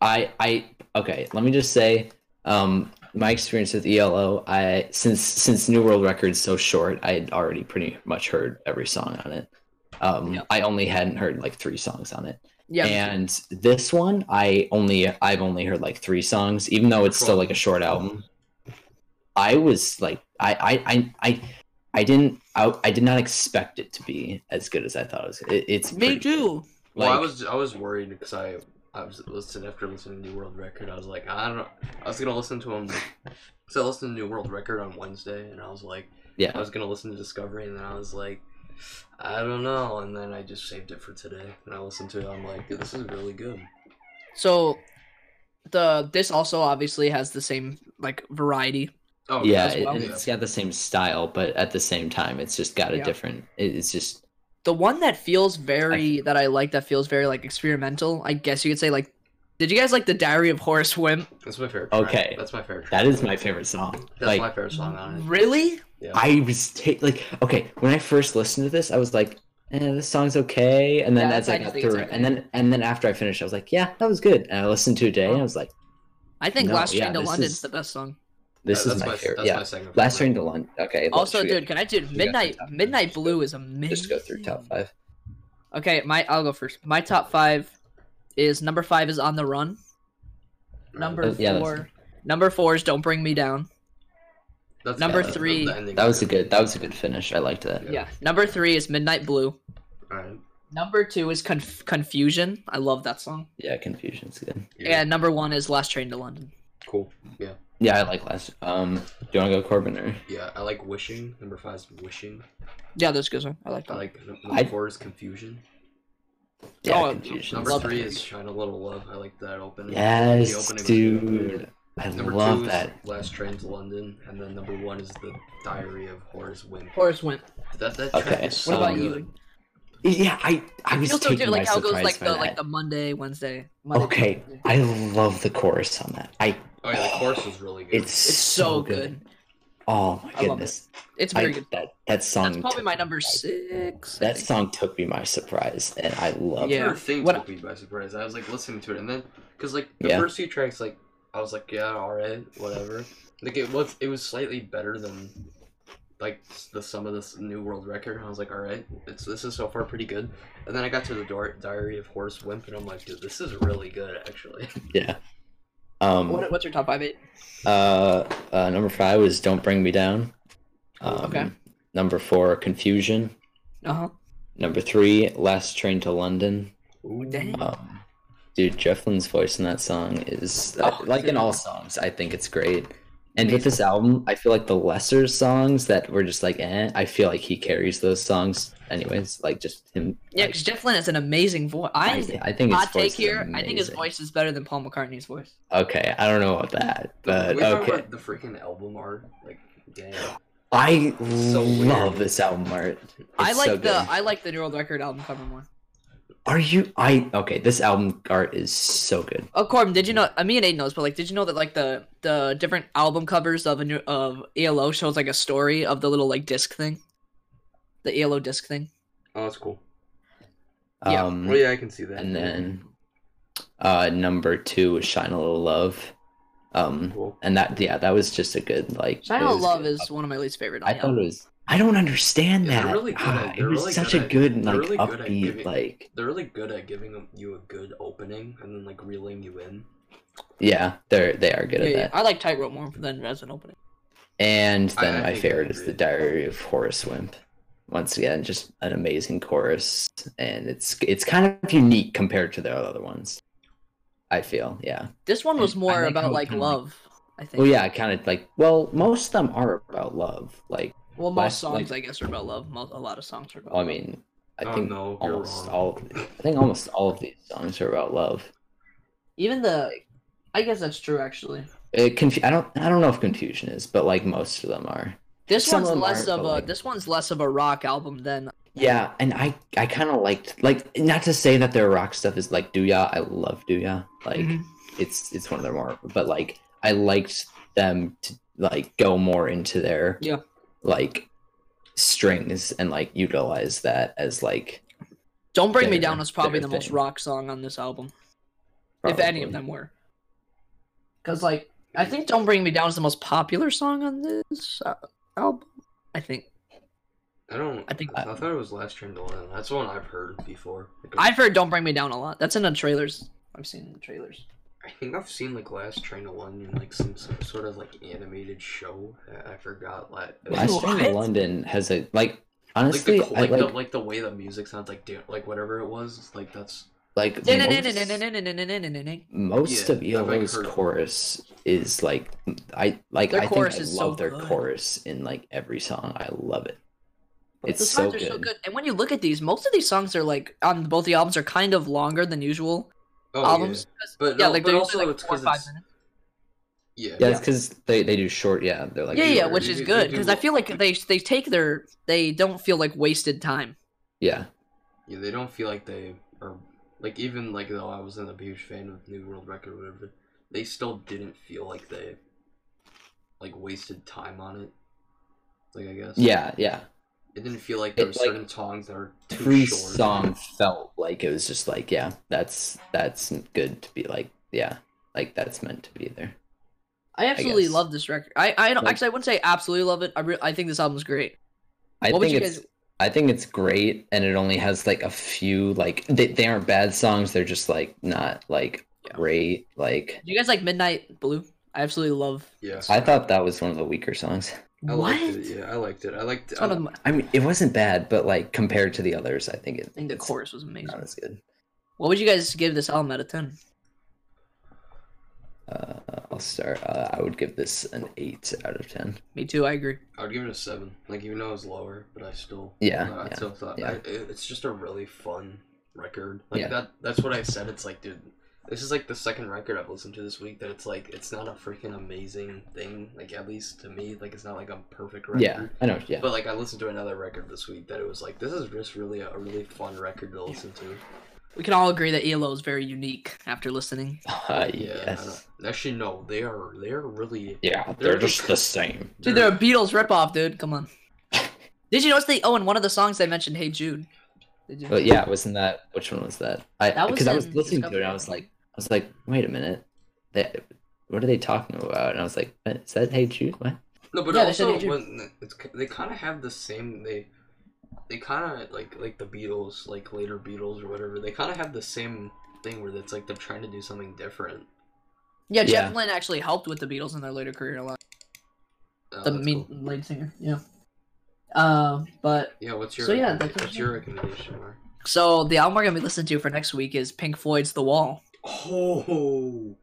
Speaker 2: I I okay, let me just say um my experience with ELO, I since since New World Records so short, I had already pretty much heard every song on it. Um
Speaker 3: Yeah.
Speaker 2: I only hadn't heard like 3 songs on it.
Speaker 3: yeah.
Speaker 2: And this one I only I've only heard like 3 songs even though it's still like a short album. I was like, I, I, I, I, I didn't, I, I did not expect it to be as good as I thought it was. It, it's
Speaker 3: Me
Speaker 2: pretty good.
Speaker 3: too.
Speaker 1: Well, I
Speaker 2: Like-
Speaker 1: was I was worried because I I was listening after listening to New World Record. I was like, I don't. I was gonna listen to [LAUGHS] him. So I listened to New World Record on Wednesday, and I was like, I
Speaker 2: Yeah,
Speaker 1: was gonna listen to Discovery, and then I was like, I don't know. And then I just saved it for today, and I listened to it. I'm like, dude, this is really good.
Speaker 3: So the this also obviously has the same like variety.
Speaker 1: Oh
Speaker 2: yeah,
Speaker 3: as
Speaker 2: it,
Speaker 3: well.
Speaker 2: and it's got the same style, but at the same time, it's just got a
Speaker 3: Yeah.
Speaker 2: different. It, it's just
Speaker 3: The one that feels very that I like that feels very like experimental. I guess you could say like. Did you guys like the Diary of Horace Wimp?
Speaker 1: that's my favorite. Track.
Speaker 2: Okay.
Speaker 1: that's my favorite. Track.
Speaker 2: that is my favorite song.
Speaker 1: That's
Speaker 2: like
Speaker 1: my favorite song on it.
Speaker 3: Really?
Speaker 1: Yeah.
Speaker 2: I was ta- like, okay, when I first listened to this, I was like, eh, this song's okay, and then
Speaker 3: Yeah,
Speaker 2: as I
Speaker 3: I
Speaker 2: got
Speaker 3: think it's
Speaker 2: through, it,
Speaker 3: okay.
Speaker 2: and then and then after I finished, I was like, yeah, that was good. And I listened to it today, and I was like,
Speaker 3: I think
Speaker 2: No,
Speaker 3: Last Train
Speaker 2: yeah,
Speaker 3: to
Speaker 2: this
Speaker 3: London's
Speaker 2: is-
Speaker 3: the best song.
Speaker 2: this
Speaker 1: That-
Speaker 2: is
Speaker 1: that's
Speaker 2: my, favorite.
Speaker 1: That's
Speaker 2: Yeah,
Speaker 1: my second
Speaker 2: last
Speaker 1: favorite.
Speaker 2: train to London. Okay. let's-
Speaker 3: Also,
Speaker 2: should we-
Speaker 3: dude, can I do
Speaker 2: got the
Speaker 3: Midnight?
Speaker 2: top five.
Speaker 3: Midnight
Speaker 2: Let's go-
Speaker 3: Blue is amazing.
Speaker 2: Just go through top five.
Speaker 3: Okay, my I'll go first. My top five is number five is On the Run. Number
Speaker 2: Uh, yeah, that's-
Speaker 3: four, number four is Don't Bring Me Down.
Speaker 1: That's-
Speaker 3: number
Speaker 1: yeah, that's
Speaker 3: three-
Speaker 1: the ending
Speaker 2: That was a
Speaker 1: track.
Speaker 2: good. That was a good finish. I liked that.
Speaker 3: Yeah.
Speaker 1: Yeah.
Speaker 3: Number three is Midnight Blue.
Speaker 1: Alright.
Speaker 3: Number two is Conf- Confusion. I love that song.
Speaker 2: Yeah, confusion's good.
Speaker 1: Yeah.
Speaker 3: And number one is Last Train to London.
Speaker 1: Cool.
Speaker 2: Yeah, I like last. Um, do you want to go Corbin or?
Speaker 1: Yeah, I like wishing. Number five is wishing.
Speaker 3: Yeah, that's a good song. I like
Speaker 1: I
Speaker 3: that.
Speaker 1: like number
Speaker 2: I-
Speaker 1: four is confusion.
Speaker 2: Yeah,
Speaker 3: Oh,
Speaker 2: confusion.
Speaker 1: Number
Speaker 3: Love
Speaker 1: three
Speaker 3: it.
Speaker 1: is shine a little love. I like that opening.
Speaker 2: Yes,
Speaker 1: was good.
Speaker 2: dude. I
Speaker 1: Number
Speaker 2: love
Speaker 1: two
Speaker 2: that.
Speaker 1: is last train to London, and then number one is the Diary of Horace Wimp.
Speaker 3: Horace Wimp.
Speaker 1: That that
Speaker 2: Okay,
Speaker 1: track is so
Speaker 3: What about
Speaker 1: good.
Speaker 3: you?
Speaker 2: Yeah, I. I
Speaker 3: You
Speaker 2: was
Speaker 3: also
Speaker 2: taken
Speaker 3: do like
Speaker 2: by
Speaker 3: how it goes
Speaker 2: surprise
Speaker 3: like
Speaker 2: by
Speaker 3: the
Speaker 2: that.
Speaker 3: like the Monday, Wednesday. Monday,
Speaker 2: okay,
Speaker 3: Tuesday.
Speaker 2: I love the chorus on that. I.
Speaker 1: Oh yeah, the chorus was really good.
Speaker 2: It's,
Speaker 3: It's so good.
Speaker 2: Oh my
Speaker 3: I love it.
Speaker 2: goodness.
Speaker 3: It's
Speaker 2: I,
Speaker 3: very good.
Speaker 2: That that song.
Speaker 3: That's probably
Speaker 2: took
Speaker 3: my
Speaker 2: me
Speaker 3: number
Speaker 2: by-
Speaker 3: six. I
Speaker 2: That
Speaker 3: think.
Speaker 2: song took me by surprise, and I love.
Speaker 3: Yeah.
Speaker 2: it.
Speaker 1: Your thing
Speaker 3: What-
Speaker 1: took me by surprise. I was like listening to it, and then because like the
Speaker 2: Yeah.
Speaker 1: first few tracks, like I was like, yeah, all right, whatever. Like it was, it was slightly better than like the sum of this new world record, and I was like, all right, it's this is so far pretty good. And then I got to the Dor- Diary of Horace Wimp, and I'm like, dude, this is really good actually. [LAUGHS]
Speaker 2: Yeah. Um,
Speaker 3: What, what's your top five? Eight.
Speaker 2: Uh, uh, number five was "Don't Bring Me Down." Um,
Speaker 3: Okay.
Speaker 2: Number four, "Confusion."
Speaker 3: Uh huh.
Speaker 2: Number three, "Last Train to London."
Speaker 1: Ooh,
Speaker 3: dang.
Speaker 2: Um, dude, Jeff Lynne's voice in that song is uh,
Speaker 3: Oh,
Speaker 2: like in
Speaker 3: dude.
Speaker 2: all songs. I think it's great. And with this album, I feel like the lesser songs that were just like, eh, I feel like he carries those songs. Anyways, like just him.
Speaker 3: Yeah, because Jeff Lynne has an amazing voice. I,
Speaker 2: I think his
Speaker 3: hot take
Speaker 2: voice is
Speaker 3: here. I think his
Speaker 2: amazing.
Speaker 3: voice is better than Paul McCartney's voice.
Speaker 2: Okay, I don't know about that,
Speaker 1: The-
Speaker 2: but
Speaker 1: we talk
Speaker 2: okay.
Speaker 1: about the freaking album art, like dang.
Speaker 2: I
Speaker 1: So weird.
Speaker 2: love this album art. It's
Speaker 3: I like
Speaker 2: so
Speaker 3: the
Speaker 2: good.
Speaker 3: I like the New World Record album cover more.
Speaker 2: Are you? I okay. This album art is so good.
Speaker 3: Oh, Corbin, did you know? I mean, Aiden knows, but like, did you know that like the the different album covers of a new of ELO shows like a story of the little like disc thing, the ELO disc thing.
Speaker 1: Oh, that's cool.
Speaker 3: Yeah.
Speaker 2: Um,
Speaker 1: Well, yeah, I can see that.
Speaker 2: And then uh, number two was "Shine a Little Love," um,
Speaker 1: cool.
Speaker 2: and that yeah, that was just a good like.
Speaker 3: Shine
Speaker 2: it
Speaker 3: a
Speaker 2: was
Speaker 3: Love
Speaker 2: good.
Speaker 3: is one of my least favorite. on
Speaker 2: I
Speaker 3: the
Speaker 2: thought
Speaker 3: album.
Speaker 2: it was. I don't understand
Speaker 1: Yeah, they're
Speaker 2: that.
Speaker 1: really good
Speaker 2: Ah,
Speaker 1: at-
Speaker 2: it
Speaker 1: they're
Speaker 2: was
Speaker 1: really
Speaker 2: such
Speaker 1: good
Speaker 2: a
Speaker 1: at-
Speaker 2: good
Speaker 1: they're
Speaker 2: like
Speaker 1: really good at
Speaker 2: upbeat
Speaker 1: giving-
Speaker 2: like
Speaker 1: They're really good at giving them- you a good opening and then like reeling you in.
Speaker 2: yeah they're they are good
Speaker 3: yeah,
Speaker 2: at
Speaker 3: yeah.
Speaker 2: that.
Speaker 3: I like Tightrope more than as an opening.
Speaker 2: And
Speaker 1: I-
Speaker 2: then
Speaker 1: I
Speaker 2: my
Speaker 1: think I
Speaker 2: favorite is the
Speaker 1: agree.
Speaker 2: Diary of Horace Wimp. Once again, just an amazing chorus, and it's it's kind of unique compared to the other ones. I feel yeah.
Speaker 3: This one was
Speaker 2: I
Speaker 3: more
Speaker 2: like how
Speaker 3: about
Speaker 2: it
Speaker 3: like
Speaker 2: kinda, like-
Speaker 3: love. I think.
Speaker 2: Well, yeah, kind of like. Well, most of them are about love. Like,
Speaker 3: Well, most
Speaker 2: last-
Speaker 3: songs,
Speaker 2: like-
Speaker 3: I guess, are about love. Most, a lot of songs are about.
Speaker 2: I
Speaker 3: love.
Speaker 2: mean, I
Speaker 1: Oh,
Speaker 2: think
Speaker 1: no, you're
Speaker 2: almost
Speaker 1: wrong.
Speaker 2: all. Of, I think almost all of these songs are about love.
Speaker 3: even the. I guess that's true. Actually,
Speaker 2: It conf- I don't. I don't know if confusion is, but like most of them are.
Speaker 3: this
Speaker 2: Some
Speaker 3: one's
Speaker 2: of them
Speaker 3: less of
Speaker 2: aren't,
Speaker 3: a.
Speaker 2: but, like-
Speaker 3: This one's less of a rock album than.
Speaker 2: Yeah, and I I kind of liked like not to say that their rock stuff is like Dooyah. I love Dooyah. Like
Speaker 3: Mhm.
Speaker 2: it's it's one of their more, but like I liked them to like go more into their
Speaker 3: Yeah.
Speaker 2: like strings and like utilize that as like
Speaker 3: Don't Bring Me
Speaker 2: their-
Speaker 3: Down was probably
Speaker 2: their
Speaker 3: the most
Speaker 2: thing.
Speaker 3: rock song on this album, if any of
Speaker 2: probably.
Speaker 3: them were. Because like I think Don't Bring Me Down is the most popular song on this uh, album. I think
Speaker 1: I don't.
Speaker 3: I think-
Speaker 1: I, thought it was Last Train to London. That's one I've heard before. Like,
Speaker 3: I've heard Don't Bring Me Down a lot. That's in the trailers. I've seen in the trailers.
Speaker 1: I think I've seen like Last Train to London, like some, some sort of like animated show. I, I forgot. Like, it was-
Speaker 2: Last Train to
Speaker 3: What?
Speaker 2: London has a like
Speaker 1: like the
Speaker 2: honestly
Speaker 1: co- like,
Speaker 2: I
Speaker 1: the,
Speaker 2: like
Speaker 1: like the way the music sounds, like da- like whatever it was, like that's
Speaker 2: like most,
Speaker 3: Their
Speaker 2: most
Speaker 1: Yeah, I've,
Speaker 2: of
Speaker 1: like,
Speaker 2: ELO's
Speaker 1: heard of-
Speaker 2: chorus is like I like
Speaker 3: Their
Speaker 2: I think
Speaker 3: chorus
Speaker 2: I
Speaker 3: is so
Speaker 2: love their
Speaker 3: good.
Speaker 2: chorus in like every song. I love it. It's so
Speaker 3: songs are so
Speaker 2: good.
Speaker 3: good. And when you look at these, most of these songs are like on both the albums are kind of longer than usual
Speaker 1: oh,
Speaker 3: albums.
Speaker 1: But
Speaker 3: yeah,
Speaker 1: no,
Speaker 3: like
Speaker 1: but
Speaker 3: they're
Speaker 1: also
Speaker 3: also like
Speaker 1: it's
Speaker 3: four or
Speaker 1: 'cause
Speaker 3: five
Speaker 1: it's-
Speaker 3: minutes.
Speaker 1: Yeah,
Speaker 2: Yeah, it's because they they do short. Yeah, they're like
Speaker 3: yeah, yeah,
Speaker 1: are-
Speaker 3: which
Speaker 1: you
Speaker 3: is
Speaker 1: do-
Speaker 3: good
Speaker 1: you do
Speaker 3: because I
Speaker 1: well.
Speaker 3: feel like they they take their they don't feel like wasted time.
Speaker 2: yeah.
Speaker 1: Yeah, they don't feel like they are like even like though I wasn't a huge fan of New World Record or whatever, they still didn't feel like they like wasted time on it. Like I guess.
Speaker 2: yeah, yeah.
Speaker 1: It didn't feel like there were
Speaker 2: It's, like,
Speaker 1: certain songs that were too
Speaker 2: Every
Speaker 1: short.
Speaker 2: song felt like it was just like yeah, that's that's good to be like yeah, like that's meant to be there.
Speaker 3: I absolutely
Speaker 2: guess.
Speaker 3: love this record. I I don't
Speaker 2: Like-
Speaker 3: actually I wouldn't say absolutely love it. I re- I think this album's great.
Speaker 2: I
Speaker 3: What would
Speaker 2: think
Speaker 3: you
Speaker 2: it's
Speaker 3: guys-
Speaker 2: I think it's great, and it only has like a few like they they aren't bad songs. They're just like not like
Speaker 3: Yeah.
Speaker 2: great. Like
Speaker 3: Do you guys like Midnight Blue? I absolutely love.
Speaker 1: Yeah.
Speaker 2: I thought that was one of the weaker songs.
Speaker 1: I
Speaker 3: what?
Speaker 1: liked it. Yeah, I liked it. I liked
Speaker 3: It's
Speaker 1: I,
Speaker 3: one of my, I
Speaker 2: I mean, it wasn't bad, but like compared to the others, I think it,
Speaker 3: think the
Speaker 2: it's
Speaker 3: chorus was amazing.
Speaker 2: not as good.
Speaker 3: What would you guys give this album out of ten?
Speaker 2: Uh, I'll start. Uh, I would give this an eight out of ten.
Speaker 3: Me too. I agree.
Speaker 1: I would give it a seven. Like even though it was lower, but I still uh,
Speaker 2: Yeah,
Speaker 1: I
Speaker 2: yeah.
Speaker 1: still thought
Speaker 2: yeah.
Speaker 1: I, it, it's just a really fun record. Like
Speaker 2: Yeah.
Speaker 1: that that's what I said. It's like, dude, this is like the second record I've listened to this week that it's like it's not a freaking amazing thing, like at least to me. Like it's not like a perfect record.
Speaker 2: Yeah, I know. [LAUGHS] Yeah,
Speaker 1: But like I listened to another record this week that it was like this is just really a, a really fun record to listen to.
Speaker 3: We can all agree that ELO is very unique after listening.
Speaker 2: Uh,
Speaker 1: Yeah. I
Speaker 2: yes.
Speaker 1: don't- Actually no, they are they are really
Speaker 2: Yeah,
Speaker 1: They're
Speaker 2: they're,
Speaker 1: just-
Speaker 2: just the same.
Speaker 3: Dude, they're a Beatles ripoff, dude. Come on. [LAUGHS] Did you notice they? Oh, in one of the songs they mentioned "Hey Jude." Did you?
Speaker 2: But Oh, yeah, wasn't that which one was that? I
Speaker 3: That was
Speaker 2: because I was
Speaker 3: in
Speaker 2: listening to it, and I
Speaker 3: Discovery.
Speaker 2: was like, I was like, wait a minute, that what are they talking about? And I was like, what? is that Hey Jude? What?
Speaker 1: No, but
Speaker 3: Yeah, they said
Speaker 1: also
Speaker 3: they do.
Speaker 1: when it's, they kind of have the same they they kind of like like the Beatles, like later Beatles or whatever. They kind of have the same thing where it's like they're trying to do something different.
Speaker 3: Yeah, Jeff
Speaker 2: Yeah.
Speaker 3: Lynne actually helped with the Beatles in their later career a lot.
Speaker 1: Oh,
Speaker 3: the
Speaker 1: that's
Speaker 3: main
Speaker 1: cool.
Speaker 3: lead singer, yeah. Uh, but
Speaker 1: Yeah, what's your
Speaker 3: So, yeah, that's
Speaker 1: what's
Speaker 3: what-
Speaker 1: your recommendation? Mark?
Speaker 3: so the album we're gonna be listening to for next week is Pink Floyd's The Wall.
Speaker 1: Oh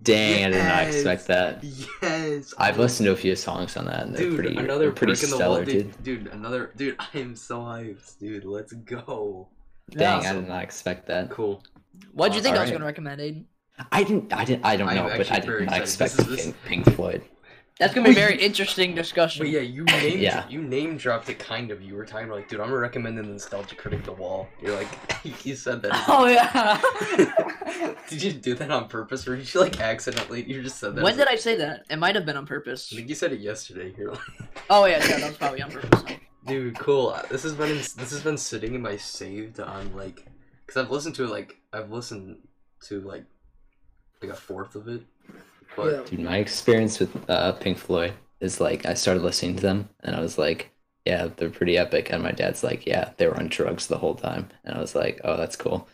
Speaker 2: Dang, I did not
Speaker 1: Yes.
Speaker 2: expect that.
Speaker 1: yes,
Speaker 2: I've
Speaker 1: I-
Speaker 2: listened to a few songs on that, and they're
Speaker 1: Dude,
Speaker 2: pretty,
Speaker 1: another
Speaker 2: they're pretty
Speaker 1: brick in the
Speaker 2: stellar,
Speaker 1: wall,
Speaker 2: dude.
Speaker 1: dude. Dude, another dude. I am so hyped, dude. Let's go.
Speaker 2: Dang,
Speaker 3: Yeah,
Speaker 2: I
Speaker 3: so-
Speaker 2: did not expect that.
Speaker 1: Cool.
Speaker 3: What'd you think I was
Speaker 2: Alright.
Speaker 3: gonna recommend, Aiden?
Speaker 2: I didn't, I didn't, I don't
Speaker 1: I'm
Speaker 2: know, but
Speaker 1: actually
Speaker 2: I
Speaker 1: very
Speaker 2: did not
Speaker 1: excited.
Speaker 2: expect
Speaker 1: This is-
Speaker 2: Pink, Pink Floyd.
Speaker 3: That's gonna be a
Speaker 1: Wait.
Speaker 3: very interesting
Speaker 2: [LAUGHS]
Speaker 3: discussion.
Speaker 1: But yeah, you name
Speaker 2: Yeah.
Speaker 1: you name dropped it kind of. You were talking like, dude, I'm recommending the Nostalgia Critic The Wall. You're like, [LAUGHS] you said that.
Speaker 3: [LAUGHS] [LAUGHS] Oh
Speaker 2: [LAUGHS]
Speaker 3: yeah.
Speaker 1: [LAUGHS] Did you do that on purpose, or did you like accidentally? You just said that.
Speaker 3: when did I say that? It might have been on purpose.
Speaker 1: I think you said it yesterday. You're like,
Speaker 3: Oh yeah, yeah, that was probably on purpose.
Speaker 1: dude, cool. Uh, This has been in, this has been sitting in my saved on like, because I've listened to it like I've listened to like like a fourth of it, but [LAUGHS]
Speaker 3: Yeah.
Speaker 2: Dude, my experience with uh, Pink Floyd is like I started listening to them, and I was like, yeah, they're pretty epic. And my dad's like, yeah, they were on drugs the whole time, and I was like, oh, that's cool.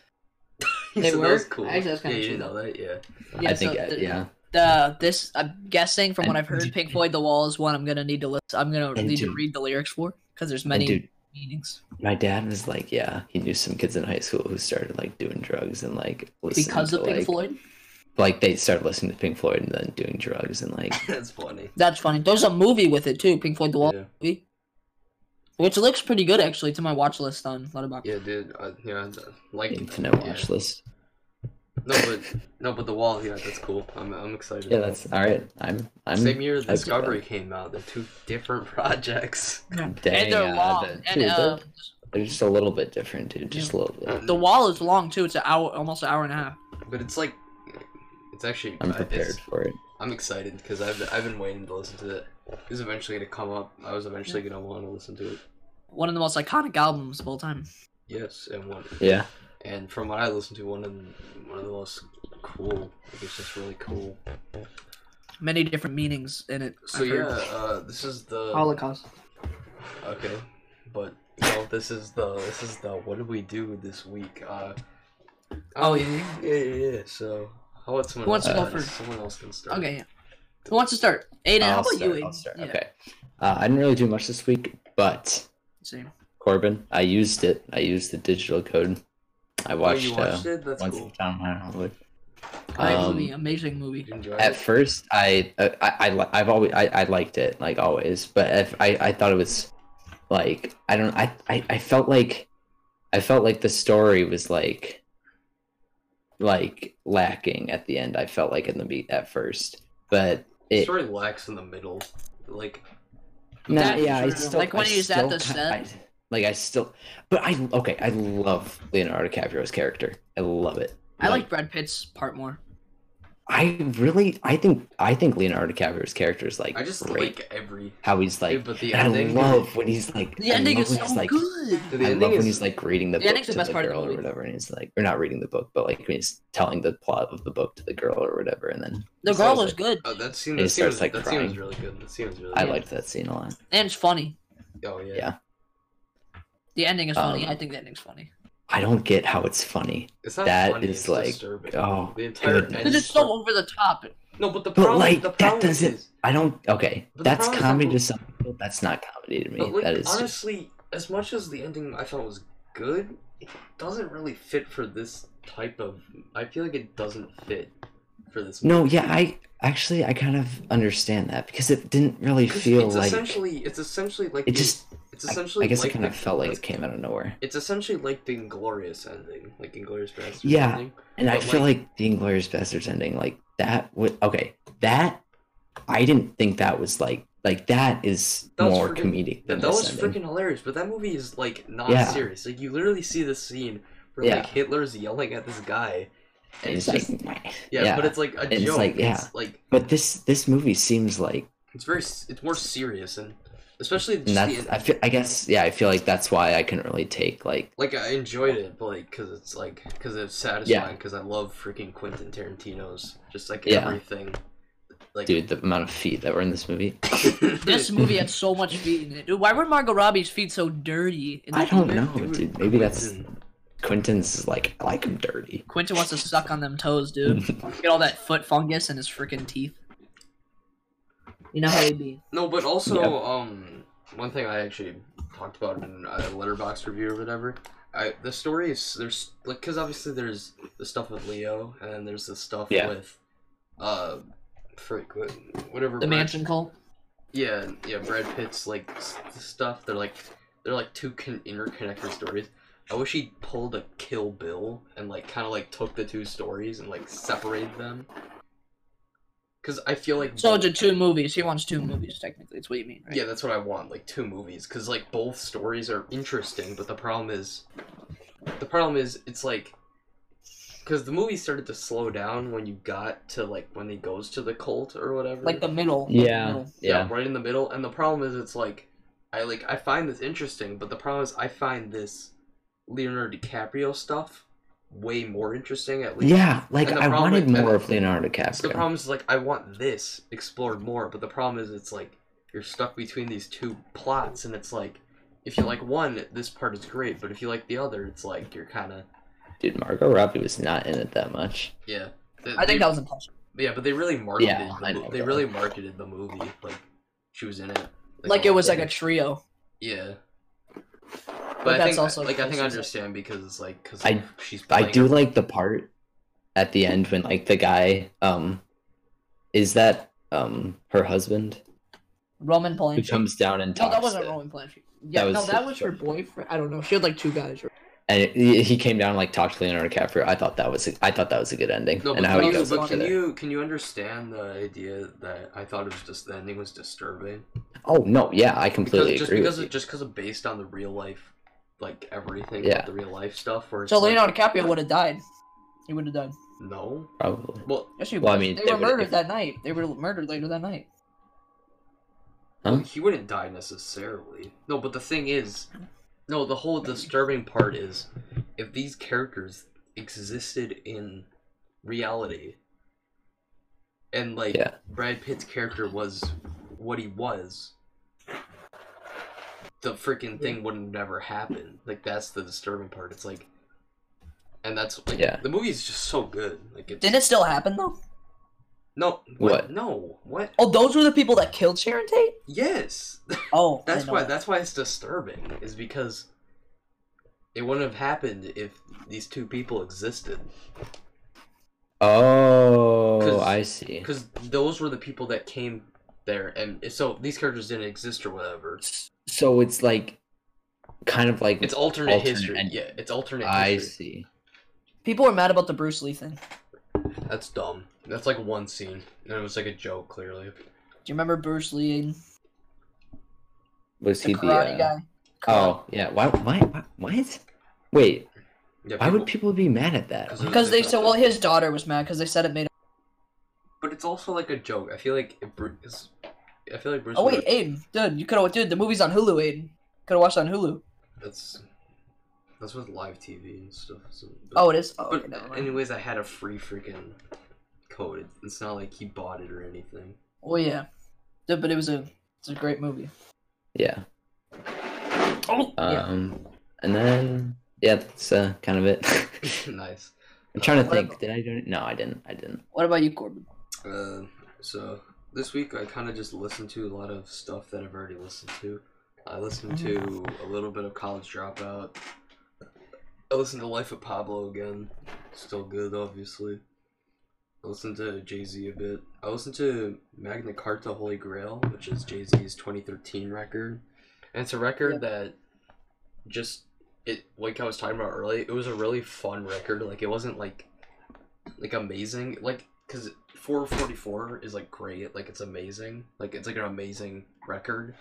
Speaker 1: you
Speaker 3: They
Speaker 1: said
Speaker 3: were?
Speaker 1: that was cool.
Speaker 3: Actually, that's
Speaker 1: yeah,
Speaker 3: kinda
Speaker 1: you
Speaker 3: true,
Speaker 1: didn't know that, yeah.
Speaker 3: Yeah,
Speaker 2: [LAUGHS] I think,
Speaker 3: so
Speaker 2: uh,
Speaker 3: the-
Speaker 2: yeah.
Speaker 3: The this I'm guessing from what
Speaker 2: And-
Speaker 3: I've heard, Pink Floyd The Wall is one I'm gonna need to listen. I'm gonna
Speaker 2: And
Speaker 3: need to
Speaker 2: dude-
Speaker 3: read the lyrics for because there's
Speaker 2: And
Speaker 3: many
Speaker 2: dude,
Speaker 3: meanings.
Speaker 2: my dad was like, yeah, he knew some kids in high school who started like doing drugs and like listening
Speaker 3: Because
Speaker 2: to,
Speaker 3: of Pink
Speaker 2: like-
Speaker 3: Floyd,
Speaker 2: Like they started listening to Pink Floyd and then doing drugs and like
Speaker 1: That's funny.
Speaker 3: that's funny. There's a movie with it too, Pink Floyd The Wall
Speaker 1: Yeah.
Speaker 3: movie, which looks pretty good actually to my watch list on Letterboxd.
Speaker 1: Yeah, dude. Uh, yeah, I- like
Speaker 2: infinite
Speaker 1: yeah.
Speaker 2: watch list.
Speaker 1: No, but no, but the wall. Yeah, that's cool. I'm I'm excited.
Speaker 2: Yeah, that's all right. I'm I'm
Speaker 1: Same year
Speaker 2: about
Speaker 1: Discovery came out. They're two different [LAUGHS] projects.
Speaker 2: dang,
Speaker 3: and they're
Speaker 2: yeah,
Speaker 3: long.
Speaker 2: but,
Speaker 3: and
Speaker 2: dude, they're-
Speaker 3: uh,
Speaker 2: they're just a little bit different, dude. Just a little bit.
Speaker 1: Um,
Speaker 3: the wall is long too. It's an hour, almost an hour and a half.
Speaker 1: But it's like, it's actually.
Speaker 2: I'm
Speaker 1: uh, it's-
Speaker 2: prepared for it.
Speaker 1: I'm excited because I've I've been waiting to listen to it. It was eventually gonna come up. I was eventually gonna want to listen to it.
Speaker 3: One of the most iconic albums of all time.
Speaker 1: Yes, and one
Speaker 2: Yeah.
Speaker 1: and from what I listened to, one of the- one of the most cool. Like it's just really cool.
Speaker 3: Many different meanings in it.
Speaker 1: So
Speaker 3: I've
Speaker 1: yeah,
Speaker 3: heard.
Speaker 1: uh, this is the
Speaker 3: Holocaust.
Speaker 1: okay, but no, this is the this is the what did we do this week? Uh,
Speaker 3: Oh yeah.
Speaker 1: yeah, yeah, yeah. So how about someone
Speaker 3: Who wants
Speaker 1: else?
Speaker 3: to go
Speaker 1: uh,
Speaker 3: first?
Speaker 1: Someone else can start.
Speaker 3: Okay. Yeah. Who wants to start? Aiden, how
Speaker 2: I'll
Speaker 3: about
Speaker 2: start,
Speaker 3: you?
Speaker 2: I'll
Speaker 3: Aiden?
Speaker 2: start.
Speaker 3: Yeah,
Speaker 2: Okay. Uh, I didn't really do much this week, but
Speaker 3: Same.
Speaker 2: Corbin, I used it. I used the digital code. I
Speaker 1: Oh,
Speaker 2: watched,
Speaker 1: you watched
Speaker 2: uh,
Speaker 1: it? That's
Speaker 2: once
Speaker 1: cool.
Speaker 2: upon a Hollywood.
Speaker 3: Great
Speaker 2: Um,
Speaker 3: movie, amazing movie.
Speaker 1: Did you enjoy
Speaker 2: At
Speaker 1: it?
Speaker 2: first, I uh, I, I li- I've always I, I liked it like always, but if, I I thought it was like I don't I, I I felt like I felt like the story was like like lacking at the end. I felt like in the beat at first, but
Speaker 1: The
Speaker 2: it
Speaker 1: story lacks in the middle. Like
Speaker 2: Nah,
Speaker 3: That-
Speaker 2: yeah, I
Speaker 3: sure.
Speaker 2: still
Speaker 3: Like, when
Speaker 2: I
Speaker 3: he's at
Speaker 2: still
Speaker 3: the
Speaker 2: ki-
Speaker 3: set.
Speaker 2: I- like I still, but I okay. I love Leonardo DiCaprio's character. I love it.
Speaker 3: I like Brad Pitt's part more.
Speaker 2: I really. I think. I think Leonardo DiCaprio's character is like.
Speaker 1: I just
Speaker 2: great.
Speaker 1: like every.
Speaker 2: how he's like.
Speaker 1: dude, but the
Speaker 2: and I
Speaker 1: ending.
Speaker 2: love when he's like.
Speaker 3: The
Speaker 2: I
Speaker 3: ending
Speaker 2: love
Speaker 3: is
Speaker 2: when
Speaker 3: so
Speaker 2: he's, like,
Speaker 3: good.
Speaker 1: dude, the
Speaker 2: I
Speaker 1: ending
Speaker 2: love when
Speaker 1: is
Speaker 2: he's like reading the,
Speaker 3: The
Speaker 2: book
Speaker 3: ending's
Speaker 2: to
Speaker 3: the best
Speaker 2: the
Speaker 3: part of the
Speaker 2: girl or
Speaker 3: movie.
Speaker 2: whatever, and he's like, or not reading the book, but like when he's telling the plot of the book to the girl or whatever, and then
Speaker 3: The
Speaker 2: he
Speaker 3: girl
Speaker 2: says
Speaker 3: was
Speaker 2: it.
Speaker 3: good
Speaker 1: Oh, that scene.
Speaker 2: And he
Speaker 1: That scene
Speaker 2: starts,
Speaker 1: was,
Speaker 2: like,
Speaker 1: that scene was
Speaker 2: crying.
Speaker 1: really good. That scene was really.
Speaker 2: I
Speaker 1: good.
Speaker 2: liked that scene a lot.
Speaker 3: and it's funny.
Speaker 1: Oh yeah.
Speaker 2: Yeah.
Speaker 3: The ending is funny.
Speaker 2: Um,
Speaker 3: I think the ending's funny.
Speaker 2: I don't get how it's funny.
Speaker 1: It's not
Speaker 2: That
Speaker 1: funny,
Speaker 2: is,
Speaker 1: it's
Speaker 2: like,
Speaker 1: disturbing.
Speaker 2: Oh,
Speaker 1: the entire.
Speaker 2: goodness.
Speaker 1: end
Speaker 3: Because
Speaker 1: is
Speaker 3: it's so over the top.
Speaker 1: No, but the
Speaker 2: But,
Speaker 1: problem.
Speaker 2: like,
Speaker 1: the
Speaker 2: that
Speaker 1: problem
Speaker 2: doesn't-
Speaker 1: Is,
Speaker 2: I don't. Okay,
Speaker 1: But the
Speaker 2: that's
Speaker 1: problem is
Speaker 2: comedy
Speaker 1: that-
Speaker 2: to some people. That's not comedy to me.
Speaker 1: but like
Speaker 2: that is. just-
Speaker 1: honestly, as much as the ending I thought was good, it doesn't really fit for this type of. I feel like it doesn't fit for this.
Speaker 2: No, yeah, I actually I kind of understand that because it didn't really
Speaker 1: It's-
Speaker 2: feel
Speaker 1: it's
Speaker 2: like
Speaker 1: essentially it's essentially like
Speaker 2: it
Speaker 1: the-
Speaker 2: just.
Speaker 1: it's
Speaker 2: I,
Speaker 1: essentially
Speaker 2: I guess
Speaker 1: like
Speaker 2: it kind of
Speaker 1: the-
Speaker 2: felt like it came out of nowhere,
Speaker 1: it's essentially like the inglorious ending like inglorious Bastards
Speaker 2: Yeah.
Speaker 1: ending.
Speaker 2: and I
Speaker 1: but,
Speaker 2: feel like, the Inglorious Bastards ending like that would okay that I didn't think that was like like that is
Speaker 1: That was
Speaker 2: more
Speaker 1: freaking-
Speaker 2: comedic than
Speaker 1: that was
Speaker 2: this ending.
Speaker 1: freaking hilarious but that movie is like not
Speaker 2: Yeah.
Speaker 1: serious like you literally see this scene where like
Speaker 2: Yeah.
Speaker 1: hitler's yelling at this guy and
Speaker 2: And
Speaker 1: it's,
Speaker 2: it's
Speaker 1: just
Speaker 2: like, meh.
Speaker 1: yeah, but it's like a
Speaker 2: it's
Speaker 1: joke
Speaker 2: like, yeah.
Speaker 1: it's like
Speaker 2: but this this movie seems like
Speaker 1: it's very s- it's more serious and especially just
Speaker 2: and that's
Speaker 1: the,
Speaker 2: I feel I guess yeah I feel like that's why I couldn't really take like
Speaker 1: like I enjoyed it, but like because it's like because it's satisfying because I love freaking Quentin Tarantino's just like
Speaker 2: Yeah.
Speaker 1: everything. Like, [LAUGHS]
Speaker 2: Dude, the amount of feet that were in this movie.
Speaker 3: This movie
Speaker 2: [LAUGHS]
Speaker 3: had so much feet in it. Dude, why were Margot Robbie's feet so dirty? in
Speaker 2: I
Speaker 3: this
Speaker 2: don't
Speaker 3: movie?
Speaker 2: know,
Speaker 1: Dude,
Speaker 2: dude. Maybe that's
Speaker 1: Quentin,
Speaker 2: Quentin's is like I like him dirty.
Speaker 3: Quentin wants to suck on them toes,
Speaker 2: [LAUGHS]
Speaker 3: dude. Get all that foot fungus in his freaking teeth. You know how he'd be.
Speaker 1: No, but also,
Speaker 2: Yeah.
Speaker 1: um, one thing I actually talked about in a letterbox review or whatever. I the story is there's like because obviously there's the stuff with Leo and then there's the stuff
Speaker 2: Yeah.
Speaker 1: with, uh, freak wh- whatever
Speaker 3: The
Speaker 1: Brad-
Speaker 3: mansion cult.
Speaker 1: Yeah, yeah, Brad Pitt's like s- stuff. They're like they're like two con- interconnected stories. I wish he pulled a Kill Bill and like kind of like took the two stories and like separated them. Cause I feel like
Speaker 3: So
Speaker 1: both-
Speaker 3: to two movies. He wants two movies technically. It's what you mean, right?
Speaker 1: yeah, that's what I want, like two movies, because like both stories are interesting, but the problem is, the problem is it's like, because the movie started to slow down when you got to like when he goes to the cult or whatever,
Speaker 3: Like the middle. like the
Speaker 2: Yeah,
Speaker 3: middle.
Speaker 1: yeah,
Speaker 2: yeah.
Speaker 1: right in the middle, and the problem is it's like, I like I find this interesting, but the problem is I find this Leonardo DiCaprio stuff way more interesting at least.
Speaker 2: Yeah, like
Speaker 1: And the
Speaker 2: I
Speaker 1: problem
Speaker 2: wanted
Speaker 1: with-
Speaker 2: more of Leonardo
Speaker 1: So the
Speaker 2: DiCaprio.
Speaker 1: problem is like I want this explored more, but the problem is it's like you're stuck between these two plots, and it's like if you like one, this part is great, but if you like the other, it's like you're kind of
Speaker 2: Dude, Margot Robbie was not in it that much.
Speaker 1: yeah. They-
Speaker 3: I
Speaker 1: they-
Speaker 3: think that was impossible.
Speaker 1: yeah, but they really marketed.
Speaker 2: Yeah,
Speaker 1: the
Speaker 2: I
Speaker 1: mo-
Speaker 2: know
Speaker 1: they
Speaker 2: that.
Speaker 1: really marketed the movie like she was in it.
Speaker 3: Like it was like a
Speaker 1: yeah.
Speaker 3: trio.
Speaker 1: yeah. But,
Speaker 3: But
Speaker 1: I
Speaker 3: that's
Speaker 1: think
Speaker 3: also
Speaker 1: like I think I
Speaker 3: racist.
Speaker 1: understand because it's like because
Speaker 2: I-
Speaker 1: she's
Speaker 2: I
Speaker 1: playing
Speaker 2: do
Speaker 1: her-
Speaker 2: like the part at the end when like the guy um is that um her husband
Speaker 3: Roman
Speaker 2: who
Speaker 3: Polanski.
Speaker 2: comes down and
Speaker 3: No,
Speaker 2: talks
Speaker 3: that wasn't
Speaker 2: to-
Speaker 3: Roman Polanski. Yeah,
Speaker 2: That
Speaker 3: no,
Speaker 2: was
Speaker 3: that
Speaker 2: his
Speaker 3: was her
Speaker 2: choice.
Speaker 3: boyfriend. I don't know. She had like two guys. right?
Speaker 2: and it, he he came down and like talked to Leonardo DiCaprio. I thought that was I thought that was a good ending
Speaker 1: No,
Speaker 2: and
Speaker 1: but,
Speaker 2: how
Speaker 1: can
Speaker 2: he
Speaker 1: you,
Speaker 2: goes
Speaker 3: goes
Speaker 1: but
Speaker 2: up to
Speaker 1: can
Speaker 2: there.
Speaker 1: you can you understand the idea that I thought it was just the ending was disturbing?
Speaker 2: Oh no, yeah, I
Speaker 1: because,
Speaker 2: completely
Speaker 1: just
Speaker 2: agree.
Speaker 1: because
Speaker 2: with
Speaker 1: it, just because of based on the real life, like everything,
Speaker 2: Yeah.
Speaker 1: like, the real life stuff. Where it's
Speaker 3: So
Speaker 1: like,
Speaker 3: Leonardo DiCaprio would have died. He would have died.
Speaker 1: no, no,
Speaker 2: you, probably.
Speaker 1: well,
Speaker 3: Yes, he
Speaker 2: Well, I
Speaker 3: was.
Speaker 2: mean,
Speaker 3: they,
Speaker 2: they
Speaker 3: were
Speaker 2: would've-
Speaker 3: murdered
Speaker 2: if-
Speaker 3: that night. They were murdered later that night.
Speaker 2: Huh?
Speaker 1: he wouldn't die necessarily. No, but the thing is, no, the whole disturbing part is if these characters existed in reality, and like
Speaker 2: Yeah.
Speaker 1: Brad Pitt's character was what he was. The freaking thing wouldn't have never happened. Like that's the disturbing part. It's like, and that's like
Speaker 2: Yeah.
Speaker 1: the movie's just so good. Like it's,
Speaker 3: Didn't it still happen though?
Speaker 1: No.
Speaker 2: What?
Speaker 1: No. What?
Speaker 3: Oh, those were the people that killed Sharon Tate.
Speaker 1: Yes.
Speaker 3: Oh, I
Speaker 1: That's
Speaker 3: know
Speaker 1: why.
Speaker 3: that.
Speaker 1: That's why it's disturbing. Is because it wouldn't have happened if these two people existed.
Speaker 2: Oh,
Speaker 1: 'Cause-
Speaker 2: I see.
Speaker 1: Because those were the people that came there, and so these characters didn't exist or whatever.
Speaker 2: So it's like kind of like
Speaker 1: It's alternate,
Speaker 2: Alternate
Speaker 1: history.
Speaker 2: ending.
Speaker 1: Yeah, it's alternate
Speaker 2: I
Speaker 1: history.
Speaker 2: see.
Speaker 3: People were mad about the Bruce Lee thing. Do
Speaker 1: That's dumb. That's like one scene, and it was like a joke, clearly.
Speaker 3: you remember Bruce Lee and
Speaker 2: Was
Speaker 3: the
Speaker 2: he the
Speaker 3: karate
Speaker 2: uh,
Speaker 3: guy?
Speaker 2: Oh yeah. Why? Why? why- What? Wait.
Speaker 1: Yeah,
Speaker 2: Why would people be mad at that?
Speaker 1: 'Cause it-
Speaker 3: Because they said, well, his daughter was mad because they said it made.
Speaker 1: But it's also like a joke. I feel like it, Bru- it's- I feel like Bruce.
Speaker 3: Oh wait,
Speaker 1: would've-
Speaker 3: Aiden, dude, you could have, dude, the movie's on Hulu, Aiden. Could have watched it on Hulu.
Speaker 1: that's that's with live TV and stuff. So, but-
Speaker 3: Oh, it is. Oh, okay,
Speaker 1: But
Speaker 3: never mind.
Speaker 1: anyways, I had a free freaking code. It- It's not like he bought it or anything. [LAUGHS]
Speaker 3: Well, yeah, dude, but it was a, it's a great movie.
Speaker 2: Yeah.
Speaker 3: Oh, yeah.
Speaker 2: Um. And then yeah, that's uh, kind of it. [LAUGHS]
Speaker 1: nice.
Speaker 2: I'm trying to
Speaker 3: What
Speaker 2: think.
Speaker 3: about-
Speaker 2: Did I do it? No, I didn't. I didn't.
Speaker 3: What about you, Corbin?
Speaker 1: Uh, so this week I kind of just listened to a lot of stuff that I've already listened to. I listened to a little bit of College Dropout. I listened to Life of Pablo again. Still good, obviously. I listened to Jay Z a bit. I listened to Magna Carta Holy Grail, which is Jay Z's 2013 record. And it's a record that just it like I was talking about earlier, it was a really fun record. Like it wasn't like like amazing. Like cuz 444 is like great. Like it's amazing. Like it's like an amazing record.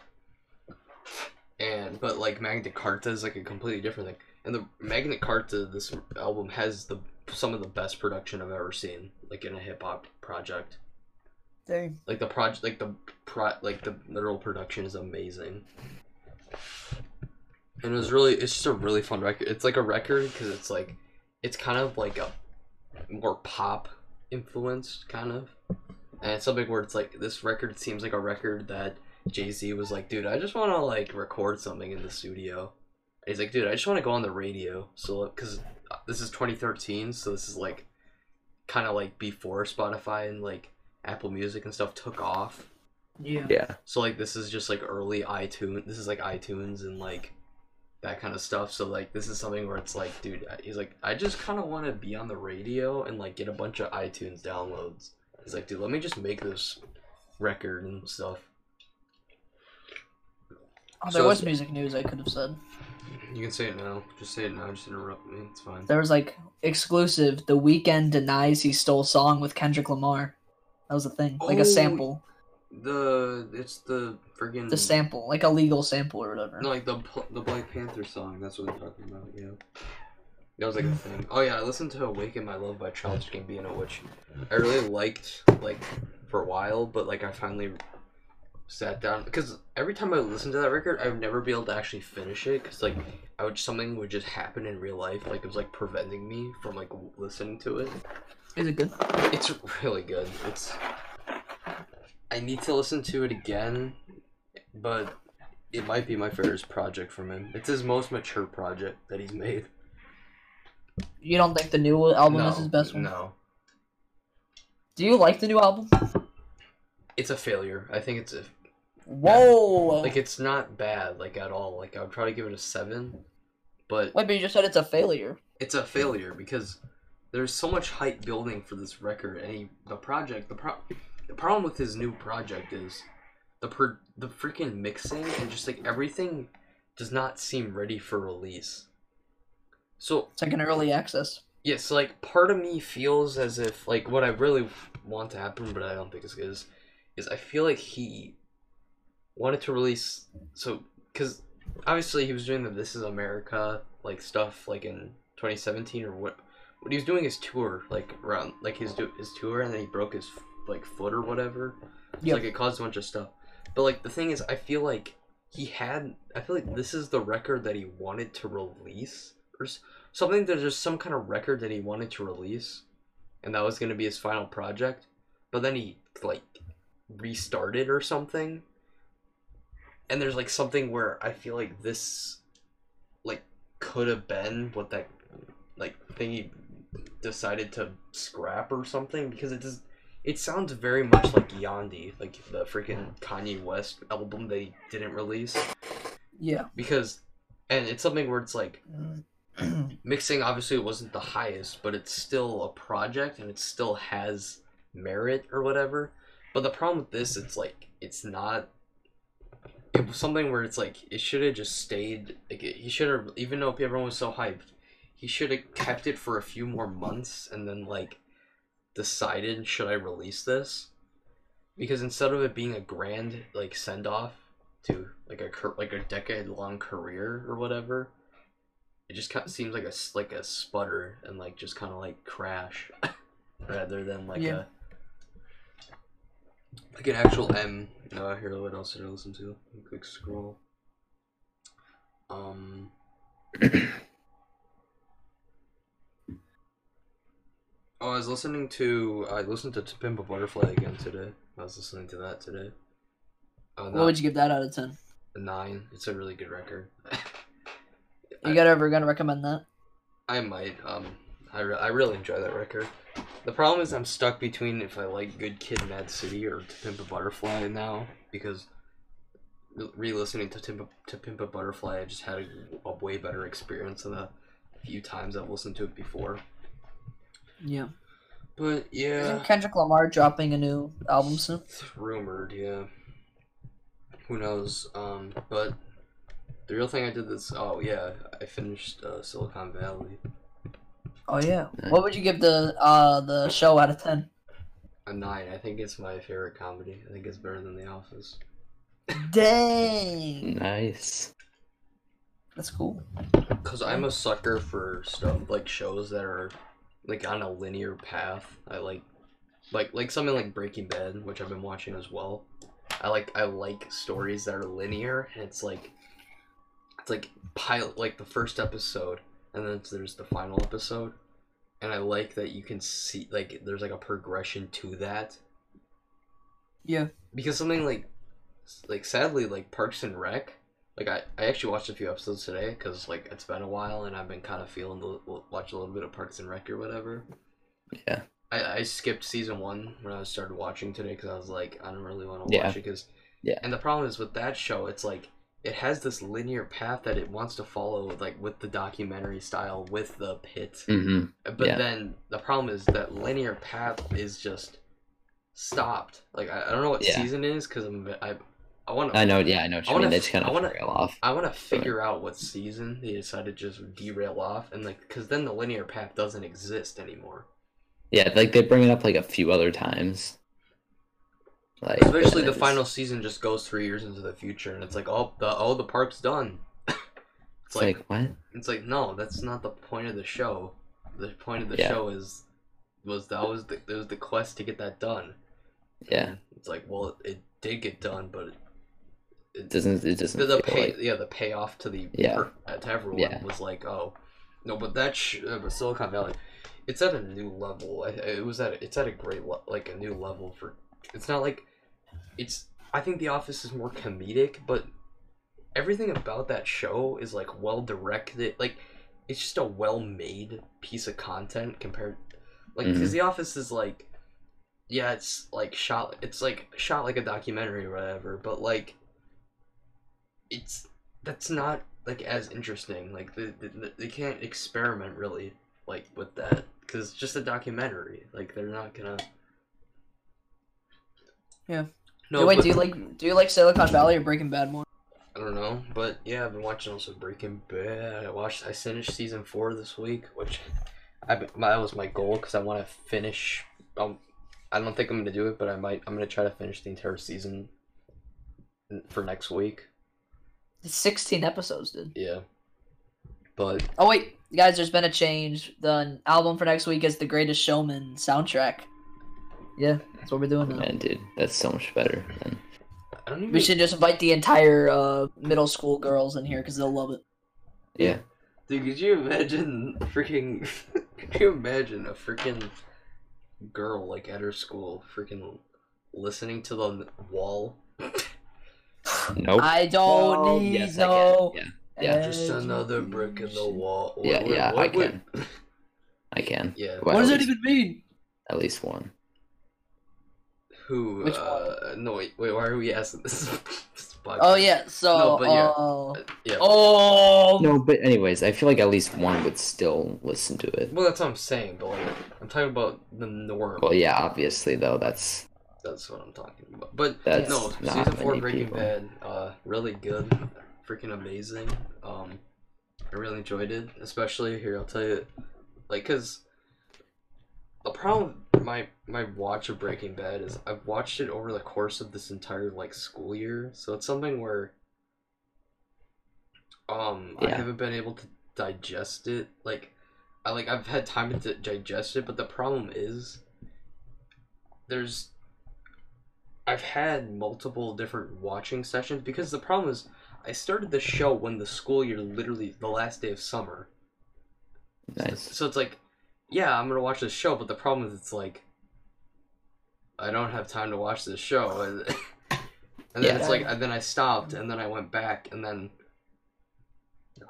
Speaker 1: And but like Magna Carta is like a completely different thing. And the Magna Carta this album has the some of the best production I've ever seen like in a hip hop project.
Speaker 3: Dang.
Speaker 1: Like the project like the pro like the literal production is amazing and it was really it's just a really fun record it's like a record because it's like it's kind of like a more pop influenced kind of And it's something where it's like this record seems like a record that Jay Z was like, dude, I just want to like record something in the studio. And he's like, dude, I just want to go on the radio. So because this is 2013, so this is like kind of like before Spotify and like Apple Music and stuff took off.
Speaker 3: Yeah.
Speaker 2: Yeah.
Speaker 1: So like this is just like early iTunes. This is like iTunes and like that kind of stuff. So like this is something where it's like, dude, I- he's like, I just kind of want to be on the radio and like get a bunch of iTunes downloads. He's like, dude, let me just make this record and stuff.
Speaker 3: Oh, there
Speaker 1: So-
Speaker 3: was music news I could have said.
Speaker 1: You can say it now. Just say it now. Just interrupt me. It's fine.
Speaker 3: There was like exclusive. The Weekend denies he stole song with Kendrick Lamar. That was a thing, like
Speaker 1: Oh,
Speaker 3: a sample,
Speaker 1: The it's the friggin'
Speaker 3: the sample, like a legal sample or whatever.
Speaker 1: No, like the pl- the Black Panther song. That's what I'm talking about. Yeah. That was like a thing. Oh yeah, I listened to "Awaken My Love" by Childish Gambino, which I really liked like for a while, but like I finally sat down because every time I listened to that record, I would never be able to actually finish it because like I would something would just happen in real life, like it was like preventing me from like w- listening to it.
Speaker 3: Is it good?
Speaker 1: It's really good. It's. I need to listen to it again, but it might be my favorite project from him. It's his most mature project that he's made.
Speaker 3: You don't think the new album
Speaker 1: no,
Speaker 3: is his best one?
Speaker 1: No,
Speaker 3: Do you like the new album?
Speaker 1: it's a failure. I think it's a
Speaker 3: Whoa!
Speaker 1: like it's not bad like at all. Like I would probably give it a seven, but
Speaker 3: Wait, but you just said it's a failure.
Speaker 1: it's a failure because there's so much hype building for this record and he, the project the, pro- the problem with his new project is the per- the freaking mixing and just like everything does not seem ready for release so
Speaker 3: It's like an early access.
Speaker 1: yeah, so like part of me feels as if like what I really want to happen, but I don't think it's is is I feel like he wanted to release so because obviously he was doing the This Is America like stuff like in 2017 or what what he was doing his tour like around like his do his tour and then he broke his like foot or whatever. So,
Speaker 3: Yep.
Speaker 1: Like it caused a bunch of stuff. But like the thing is, I feel like he had. I feel like this is the record that he wanted to release, or s- something. There's just some kind of record that he wanted to release, and that was gonna be his final project. But then he like restarted or something. And there's like something where I feel like this, like, could have been what that, like, thing he decided to scrap or something because it does it sounds very much like Yandi, like the freaking Kanye West album they didn't release. [CLEARS THROAT]
Speaker 3: Yeah.
Speaker 1: Because, and it's something where it's like, mixing obviously wasn't the highest, but it's still a project and it still has merit or whatever. But the problem with this, it's like, it's not. It was something where it's like, it should have just stayed. Like, it- he should have, even though everyone was so hyped, he should have kept it for a few more months and then, like, decided should I release this? Because instead of it being a grand like send off to like a cur- like a decade long career or whatever, it just kind of seems like a s- like a sputter and like just kind of like crash, [LAUGHS] rather than like
Speaker 3: Yeah.
Speaker 1: a like an actual M. No, here what else did I listen to? Quick scroll. Um. [COUGHS] Oh, I was listening to I listened to To Pimp a Butterfly again today. I was listening to that today. Oh,
Speaker 3: What would you give that out of ten?
Speaker 1: a nine. It's a really good record.
Speaker 3: You got ever gonna recommend that?
Speaker 1: I might. Um, I, re- I really enjoy that record. The problem is I'm stuck between if I like Good Kid, Mad City or To Pimp a Butterfly now because re- re-listening to Timp- To Pimp a Butterfly, I just had a, a way better experience than the few times I've listened to it before.
Speaker 3: Yeah.
Speaker 1: But yeah,
Speaker 3: Isn't Kendrick Lamar dropping a new album soon?
Speaker 1: It's rumored, yeah. Who knows? Um, but the real thing I did this. Oh yeah, I finished uh, Silicon Valley.
Speaker 3: Oh yeah. What would you give the uh the show out of ten?
Speaker 1: A nine. I think it's my favorite comedy. I think it's better than The Office.
Speaker 3: Dang.
Speaker 2: Nice.
Speaker 3: That's cool.
Speaker 1: Cause I'm a sucker for stuff like shows that are like on a linear path. I like like like something like Breaking Bad, which I've been watching as well. I like I like stories that are linear and it's like it's like pilot like the first episode and then there's the final episode. And I like that you can see like there's like a progression to that.
Speaker 3: Yeah.
Speaker 1: Because something like, like sadly, like Parks and Rec, like I, I actually watched a few episodes today because like it's been a while and I've been kind of feeling to l- watch a little bit of Parks and Rec or whatever.
Speaker 2: Yeah.
Speaker 1: I, I skipped season one when I started watching today because I was like I don't really want to
Speaker 2: Yeah.
Speaker 1: watch it because
Speaker 2: Yeah.
Speaker 1: And the problem is with that show, it's like it has this linear path that it wants to follow, like with the documentary style, with the pit.
Speaker 2: Mm-hmm.
Speaker 1: But
Speaker 2: Yeah.
Speaker 1: then the problem is that linear path is just stopped. Like I, I don't know what
Speaker 2: Yeah.
Speaker 1: season it is because I'm I I want
Speaker 2: I
Speaker 1: to
Speaker 2: know. Yeah, I know. What
Speaker 1: I
Speaker 2: you
Speaker 1: wanna
Speaker 2: mean. They
Speaker 1: f-
Speaker 2: just kind
Speaker 1: I
Speaker 2: of
Speaker 1: wanna-
Speaker 2: rail off.
Speaker 1: I want to figure out what season they decided to just derail off and like because then the linear path doesn't exist anymore.
Speaker 2: Yeah, like they bring it up like a few other times. Like
Speaker 1: Especially
Speaker 2: but
Speaker 1: the
Speaker 2: it's-
Speaker 1: final season just goes three years into the future and it's like oh the oh the park's done.
Speaker 2: It's like, what?
Speaker 1: It's like no, that's not the point of the show. The point of the
Speaker 2: Yeah.
Speaker 1: show is was that was the it was the quest to get that done.
Speaker 2: Yeah,
Speaker 1: It's like well, it, did get done, but it,
Speaker 2: it doesn't. It doesn't.
Speaker 1: the, the
Speaker 2: feel
Speaker 1: pay
Speaker 2: like-
Speaker 1: yeah the payoff to the
Speaker 2: Yeah.
Speaker 1: per- uh, to everyone
Speaker 2: Yeah.
Speaker 1: was like oh no, but that sh- uh, but Silicon Valley, it's at a new level. I- I- It was at it's at a great le- like a new level for. It's not like it's. I think The Office is more comedic, but everything about that show is like well directed. Like it's just a well made piece of content compared, like because
Speaker 2: Mhm.
Speaker 1: The Office is like, yeah, it's like shot. It's like shot like a documentary or whatever, but like, it's that's not like as interesting. Like the, the, the- they can't experiment really like with that because it's just a documentary. Like they're not gonna.
Speaker 3: Yeah.
Speaker 1: No,
Speaker 3: wait,
Speaker 1: but-
Speaker 3: do you like do you like Silicon Valley or Breaking Bad more?
Speaker 1: I don't know, but yeah, I've been watching also Breaking Bad. I watched, I finished season four this week, which I that was my goal because I want to finish. Um, I don't think I'm gonna do it, but I might. I'm gonna try to finish the entire season n- for next week.
Speaker 3: It's 16 episodes, dude.
Speaker 1: Yeah, but
Speaker 3: Oh wait, guys, there's been a change. The album for next week is The Greatest Showman soundtrack. Yeah, that's what we're doing now.
Speaker 2: Man, dude, that's so much better. Man.
Speaker 1: I don't even.
Speaker 3: We should just invite the entire uh, middle school girls in here because they'll love it.
Speaker 2: Yeah,
Speaker 1: Dude, could you imagine freaking? [LAUGHS] could you imagine a freaking girl like at her school freaking listening to the wall?
Speaker 2: nope.
Speaker 3: I don't
Speaker 2: Oh,
Speaker 3: need
Speaker 2: yes, I can.
Speaker 3: no.
Speaker 2: Yeah, yeah.
Speaker 1: Just another brick in the
Speaker 3: education.
Speaker 1: wall.
Speaker 2: Yeah,
Speaker 1: What-
Speaker 2: yeah,
Speaker 1: what
Speaker 2: I
Speaker 1: would-
Speaker 2: I can.
Speaker 1: Yeah.
Speaker 2: Why
Speaker 3: What does
Speaker 2: at
Speaker 3: that
Speaker 2: least-
Speaker 3: even mean?
Speaker 2: At least one.
Speaker 1: Who?
Speaker 3: Which
Speaker 1: uh, No, wait, wait. Why are we asking this? [LAUGHS] this podcast?
Speaker 3: Oh yeah, so
Speaker 1: No, but yeah.
Speaker 3: uh,
Speaker 1: Yeah.
Speaker 3: oh
Speaker 2: No, but anyways, I feel like at least one would still listen to it.
Speaker 1: Well, that's what I'm saying, but like, I'm talking about the norm.
Speaker 2: Well, yeah, obviously though, that's
Speaker 1: That's what I'm talking about. But
Speaker 2: That's
Speaker 1: no,
Speaker 2: not
Speaker 1: season four
Speaker 2: many
Speaker 1: Breaking
Speaker 2: people.
Speaker 1: Bad, uh, really good, freaking amazing. Um, I really enjoyed it, especially here. I'll tell you, like, cause the problem with my my watch of Breaking Bad is I've watched it over the course of this entire like school year, so it's something where, um, I
Speaker 2: Yeah.
Speaker 1: haven't been able to digest it. Like, I like I've had time to digest it, but the problem is there's I've had multiple different watching sessions because the problem is I started the show when the school year literally the last day of summer.
Speaker 2: nice.
Speaker 1: So it's like, yeah, I'm gonna watch this show, but the problem is it's like I don't have time to watch this show, [LAUGHS] and, and then
Speaker 2: Yeah.
Speaker 1: it's like and then I stopped, and then I went back, and then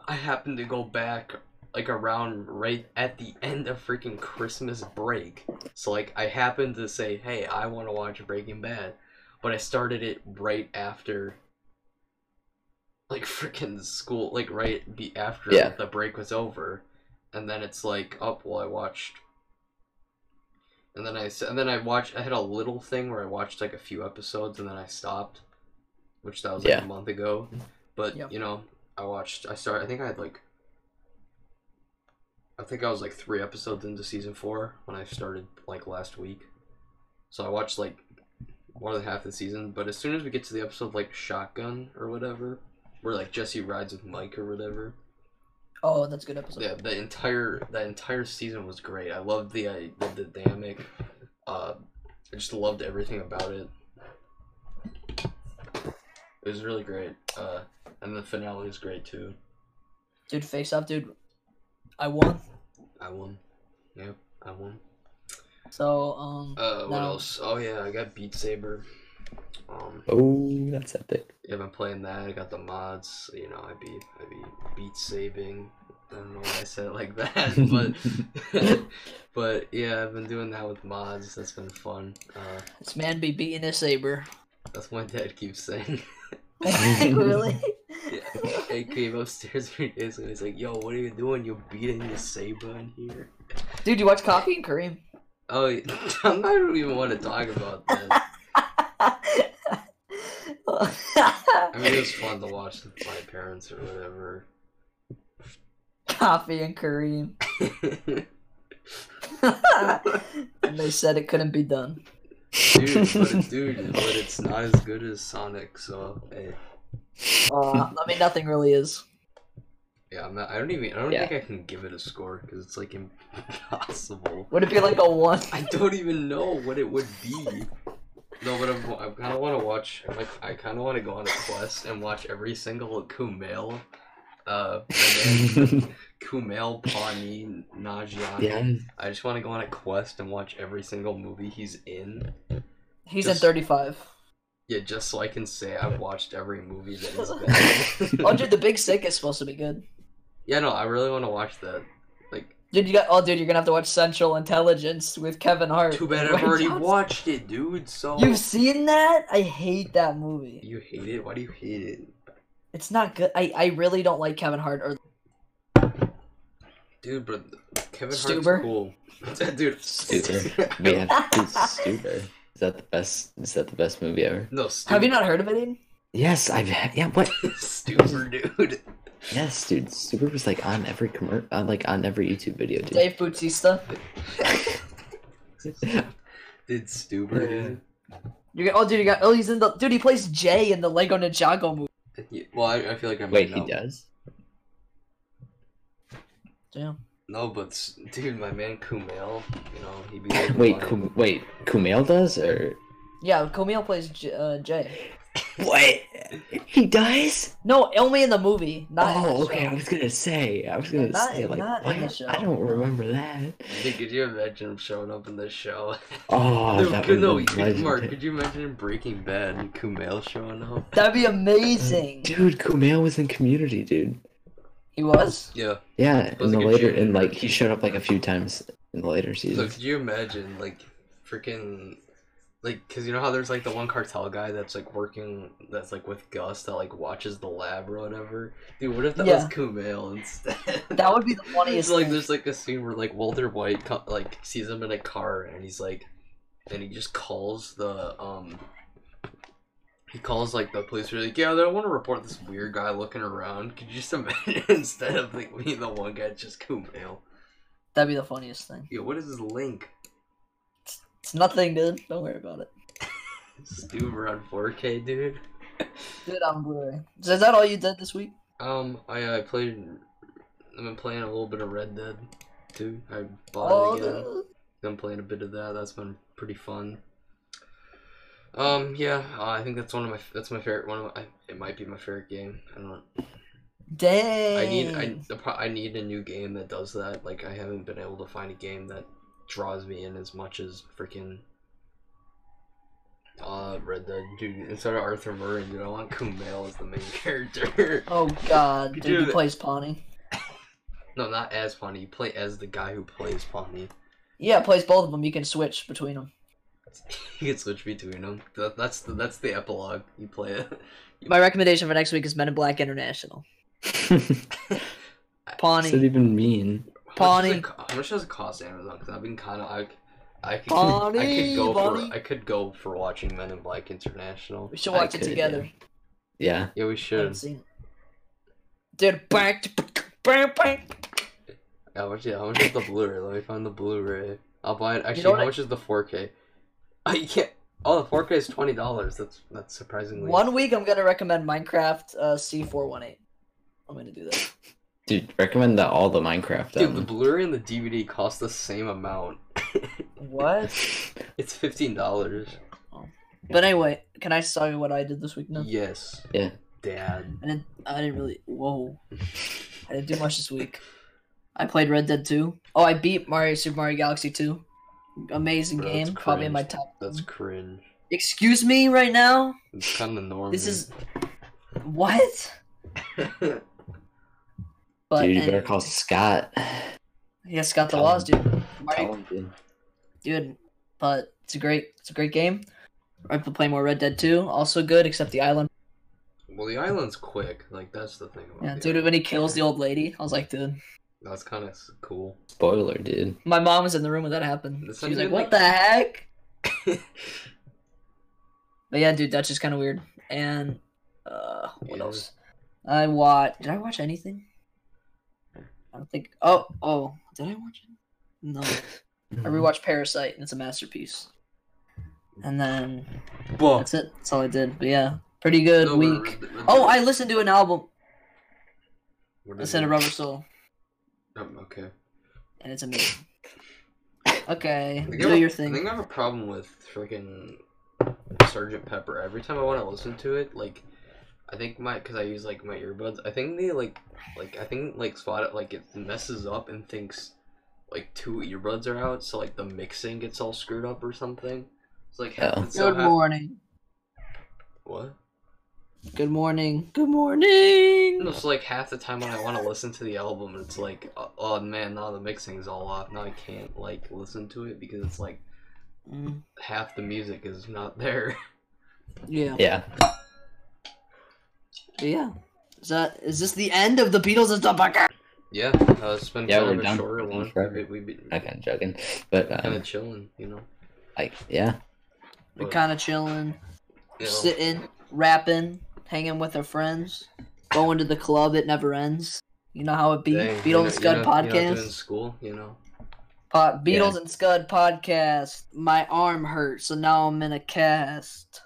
Speaker 1: I happened to go back like around right at the end of freaking Christmas break. So like I happened to say, hey, I want to watch Breaking Bad, but I started it right after. Like [LAUGHS] freaking school, like right be after
Speaker 2: Yeah.
Speaker 1: the break was over, and then it's like up well I watched and then I s- and then I watched I had a little thing where I watched like a few episodes and then I stopped which that was like
Speaker 2: Yeah.
Speaker 1: a month ago but
Speaker 3: Yep.
Speaker 1: you know I watched I started I think I had like I think I was like 3 episodes into season 4 when I started like last week so I watched like one and a half of the season but as soon as we get to the episode like shotgun or whatever where like Jesse rides with Mike or whatever
Speaker 3: oh that's a good episode.
Speaker 1: yeah, the entire that entire season was great. I loved the I loved the dynamic. Uh, I just loved everything about it. It was really great. Uh, and the finale is great too.
Speaker 3: Dude, face up, dude. I won.
Speaker 1: I won. Yep, I won.
Speaker 3: So um
Speaker 1: Uh, what
Speaker 3: No.
Speaker 1: else? Oh yeah, I got Beat Saber. Um,
Speaker 2: Oh, that's [LAUGHS] epic.
Speaker 1: yeah, I've been playing that. I got the mods. You know, I beat I beat Beat Saving. I don't know why I said it like that, but [LAUGHS] but yeah, I've been doing that with mods. That's been fun. Uh,
Speaker 3: This man be beating his
Speaker 1: [LAUGHS]
Speaker 3: saber. [LAUGHS]
Speaker 1: that's what my dad keeps saying. [LAUGHS]
Speaker 3: really?
Speaker 1: yeah. He came upstairs three days and he's like, "Yo, what are you doing? You beating the saber in here?"
Speaker 3: Dude, you watch Coffee and Kareem?
Speaker 1: Oh, [LAUGHS] yeah. I'm not even want to talk about that. I mean, it was fun to watch with my parents or whatever. [LAUGHS]
Speaker 3: [LAUGHS] Coffee and Kareem. and they said it couldn't be done.
Speaker 1: dude, but it, dude, but it's not as good as Sonic. So hey,
Speaker 3: Uh, I mean, nothing really is.
Speaker 1: yeah, I'm not. I don't even. I don't
Speaker 2: Yeah.
Speaker 1: think I can give it a score because it's like impossible.
Speaker 3: Would it be like a one?
Speaker 1: I don't even know what it would be. No, but I'm, I kind of want to watch. I'm like, I kind of want to go on a quest and watch every single Kumail, uh,
Speaker 3: [LAUGHS]
Speaker 1: and then Kumail Pawnee Najiani.
Speaker 2: yeah.
Speaker 1: I just want to go on a quest and watch every single movie he's in.
Speaker 3: He's
Speaker 1: Just-
Speaker 3: in 35.
Speaker 1: Yeah, just so I can say I've watched every movie that he's been. in.
Speaker 3: [LAUGHS] Oh, dude, The Big Sick is supposed to be good.
Speaker 1: yeah, no, I really want to watch that. Like,
Speaker 3: Dude, you got. Oh, dude, you're gonna have to watch Central Intelligence with Kevin Hart.
Speaker 1: too bad
Speaker 3: and
Speaker 1: I've
Speaker 3: Dwayne
Speaker 1: already
Speaker 3: Johnson.
Speaker 1: watched it, dude. So
Speaker 3: You've seen that? I hate that movie.
Speaker 1: you hate it? Why do you hate it?
Speaker 3: It's not good. I, I really don't like Kevin Hart or
Speaker 1: Dude, but Kevin
Speaker 3: Stuber?
Speaker 1: Hart's cool. [LAUGHS] Dude,
Speaker 2: [LAUGHS] Stuber. We
Speaker 3: [LAUGHS]
Speaker 2: have to Stuber. Is that the best? Is that the best movie ever?
Speaker 1: [LAUGHS] no, Stuber.
Speaker 3: Have you not heard of it? Ian?
Speaker 2: Yes, I've had. Yeah, what?
Speaker 1: [LAUGHS] Stuber, dude.
Speaker 2: Yes, dude. Stuber was like on every commer- uh, like on every YouTube video, dude.
Speaker 3: Dave Bautista.
Speaker 1: Did Stuber, dude.
Speaker 3: You got, oh, dude, you got. Oh, he's in the. Dude, he plays Jay in the Lego Ninjago movie.
Speaker 1: Yeah, Well, I, I feel like I'm.
Speaker 2: Wait, he does.
Speaker 3: Damn.
Speaker 1: No, but s- dude, my man Kumail, you know, he
Speaker 2: [LAUGHS]
Speaker 1: be. like,
Speaker 2: Wait,
Speaker 1: like,
Speaker 2: Kum- wait, Kumail does or
Speaker 3: Yeah, Camille plays J- uh, Jay.
Speaker 2: what? He does?
Speaker 3: No, only in the movie. Not in the
Speaker 2: Oh, okay.
Speaker 3: show.
Speaker 2: I was gonna say. I was gonna
Speaker 3: Not-
Speaker 2: say like
Speaker 3: not in the
Speaker 2: what?
Speaker 3: show.
Speaker 2: I don't remember that.
Speaker 1: Dude, could you imagine him showing up in this show? [LAUGHS]
Speaker 2: Oh,
Speaker 1: no,
Speaker 2: that
Speaker 1: could,
Speaker 2: would
Speaker 1: no,
Speaker 2: be
Speaker 1: could, Mark,
Speaker 2: legendary.
Speaker 1: could you imagine in Breaking Bad and Kumail showing up?
Speaker 3: That'd be
Speaker 2: [LAUGHS]
Speaker 3: amazing.
Speaker 2: Dude, Kumail was in Community, dude.
Speaker 3: He was.
Speaker 1: Yeah.
Speaker 2: Yeah, in
Speaker 1: was
Speaker 2: the
Speaker 1: like a
Speaker 2: later,
Speaker 1: junior.
Speaker 2: and like he showed up like a few times in the later
Speaker 1: So
Speaker 2: seasons.
Speaker 1: could you imagine, like, freaking, like, cause you know how there's like the one cartel guy that's like working, that's like with Gus that like watches the lab or whatever. Dude, what if that was
Speaker 3: Yeah.
Speaker 1: Kumail instead?
Speaker 3: That would be the funniest.
Speaker 1: [LAUGHS] It's like
Speaker 3: thing.
Speaker 1: there's like a scene where like Walter White co- like sees him in a car and he's like, and he just calls the um. He calls like the police. Are like, yeah, I want to report this weird guy looking around. Could you just [LAUGHS] imagine instead of like being the one guy, it's just Kumail?
Speaker 3: That'd be the funniest thing.
Speaker 1: Yeah, what is his link?
Speaker 3: It's nothing, dude. Don't worry about it.
Speaker 1: Stuber on 4K, dude.
Speaker 3: Dude, I'm blurry. So is that all you did this week?
Speaker 1: Um, I I played. I've been playing a little bit of Red Dead, too. I bought
Speaker 3: Oh,
Speaker 1: it again.
Speaker 3: dude.
Speaker 1: been playing a bit of that. That's been pretty fun. Um, yeah, uh, I think that's one of my that's my favorite one. Of my, it might be my favorite game. I don't.
Speaker 3: Dang.
Speaker 1: I need I the pro- I need a new game that does that. Like I haven't been able to find a game that draws me in as much as freaking. Uh, Red Dead, dude. Instead of Arthur Murray, dude, I want Kumail as the main [LAUGHS] character.
Speaker 3: Oh God,
Speaker 1: You
Speaker 3: dude,
Speaker 1: do
Speaker 3: he
Speaker 1: that.
Speaker 3: plays Pawnee.
Speaker 1: no, not as Pawnee. You play as the guy who plays Pawnee. [LAUGHS]
Speaker 3: Yeah, plays both of them. You can switch between them.
Speaker 1: You can switch between them. That, that's the that's the epilogue. You play it.
Speaker 3: My recommendation for next week is Men in Black International.
Speaker 2: [LAUGHS] What's
Speaker 3: Pawnee.
Speaker 2: that even mean?
Speaker 1: How much does
Speaker 3: Pawnee.
Speaker 1: it co- How much does it cost Amazon? Because I've been kind of I, I could, I
Speaker 3: Pawnee,
Speaker 1: could go
Speaker 3: Pawnee.
Speaker 1: for I could go for watching Men in Black International.
Speaker 3: we should
Speaker 2: I
Speaker 3: watch it
Speaker 2: could,
Speaker 3: together.
Speaker 2: Yeah.
Speaker 1: Yeah, we
Speaker 3: I
Speaker 1: should.
Speaker 3: haven't seen it. Dude, bang, bang, bang.
Speaker 1: How much? Yeah, how much is the Blu-ray? Let me find the Blu-ray. I'll buy it. Actually,
Speaker 3: know what
Speaker 1: how
Speaker 3: I-
Speaker 1: much is the 4K? [LAUGHS] I can't. Oh, the 4K is twenty dollars. That's that's surprisingly.
Speaker 3: One week I'm gonna recommend Minecraft uh, C418. I'm gonna do that.
Speaker 2: Dude, recommend that all the Minecraft.
Speaker 1: Dude, the
Speaker 2: [LAUGHS] um,
Speaker 1: Blu-ray and the DVD cost the same amount. [LAUGHS]
Speaker 3: What?
Speaker 1: It's fifteen dollars.
Speaker 3: But anyway, can I tell you what I did this week? No,
Speaker 1: Yes.
Speaker 2: Yeah.
Speaker 1: Dad.
Speaker 3: I didn't. I didn't really. Whoa, I didn't do much
Speaker 1: [LAUGHS]
Speaker 3: this week. I played Red Dead 2. Oh, I beat Mario Super Mario Galaxy 2. Amazing
Speaker 1: Bro, that's
Speaker 3: game, probably in my
Speaker 1: cringe.
Speaker 3: top.
Speaker 1: That's cringe.
Speaker 3: Excuse me, right now.
Speaker 1: It's kind of the norm.
Speaker 3: This
Speaker 1: here.
Speaker 3: [LAUGHS] is what. But
Speaker 2: dude, you better
Speaker 3: and-
Speaker 2: call Scott.
Speaker 3: yeah, Scott the
Speaker 2: Tell
Speaker 3: laws,
Speaker 2: him.
Speaker 3: dude. Mike,
Speaker 2: Tell him, dude.
Speaker 3: dude. But it's a great, it's a great game. I have to play more Red Dead 2. Also good, except the island.
Speaker 1: well, the island's quick. Like that's the thing. About
Speaker 3: Yeah,
Speaker 1: the
Speaker 3: dude,
Speaker 1: island.
Speaker 3: when he kills the old lady, I was like, dude.
Speaker 1: That's kind of cool.
Speaker 2: Spoiler, dude.
Speaker 3: My mom was in the room when that happened.
Speaker 1: That's
Speaker 3: She
Speaker 1: not
Speaker 3: was like,
Speaker 1: even,
Speaker 3: "What
Speaker 1: like-
Speaker 3: the
Speaker 1: [LAUGHS]
Speaker 3: heck?" But yeah, dude, that's just kind of weird. And uh, what
Speaker 1: Yeah.
Speaker 3: else? I watch. Did I watch anything? I don't think. Oh, oh, did I watch it?
Speaker 1: [LAUGHS]
Speaker 3: No, I rewatched Parasite, and it's a masterpiece. And then
Speaker 1: But
Speaker 3: that's it. That's all I did. But yeah, pretty good
Speaker 1: Oh. No, we're-
Speaker 3: week.
Speaker 1: we're- we're-
Speaker 3: Oh, I listened to an album.
Speaker 1: we're
Speaker 3: I said a
Speaker 1: doing-
Speaker 3: Rubber Soul,
Speaker 1: Um, okay.
Speaker 3: and it's [LAUGHS] amazing. Okay,
Speaker 1: I think I
Speaker 3: do
Speaker 1: have-
Speaker 3: your
Speaker 1: I think
Speaker 3: thing.
Speaker 1: I have a problem with freaking Sergeant Pepper. Every time I want to listen to it, like I think my because I use like my earbuds. I think they like like I think like spot it like it messes up and thinks like two earbuds are out, so like the mixing gets all screwed up or something. It's like half-
Speaker 2: Oh.
Speaker 1: it's so
Speaker 3: Good
Speaker 1: half-
Speaker 3: morning.
Speaker 1: what?
Speaker 3: Good morning. Good morning.
Speaker 1: No, so like half the time when I want to listen to the album, it's like, oh, oh man, now the mixing's all off. Now I can't like listen to it because it's like
Speaker 3: Mm,
Speaker 1: half the music is not there.
Speaker 3: yeah.
Speaker 2: Yeah.
Speaker 3: But yeah. Is that is this the end of the Beatles and stuff? Parker?
Speaker 1: Yeah, uh, it's been
Speaker 2: Yeah,
Speaker 1: kind
Speaker 2: we're
Speaker 1: of a
Speaker 2: done
Speaker 1: shorter one.
Speaker 2: forever.
Speaker 1: We- We've been
Speaker 2: I kind of joking, but
Speaker 1: kind
Speaker 2: um,
Speaker 1: of chilling, you know.
Speaker 2: like, yeah,
Speaker 3: We're
Speaker 1: But,
Speaker 3: kind of chilling,
Speaker 1: you know,
Speaker 3: sitting, rapping, hanging with our friends, going to the club. It never ends. You know how it be.
Speaker 1: dang, you know-
Speaker 3: Beatles and Scud
Speaker 1: you know- you know,
Speaker 3: podcast.
Speaker 1: doing school, you know.
Speaker 3: Po- Beatles and Scud podcast. My arm hurts, so now I'm in a cast.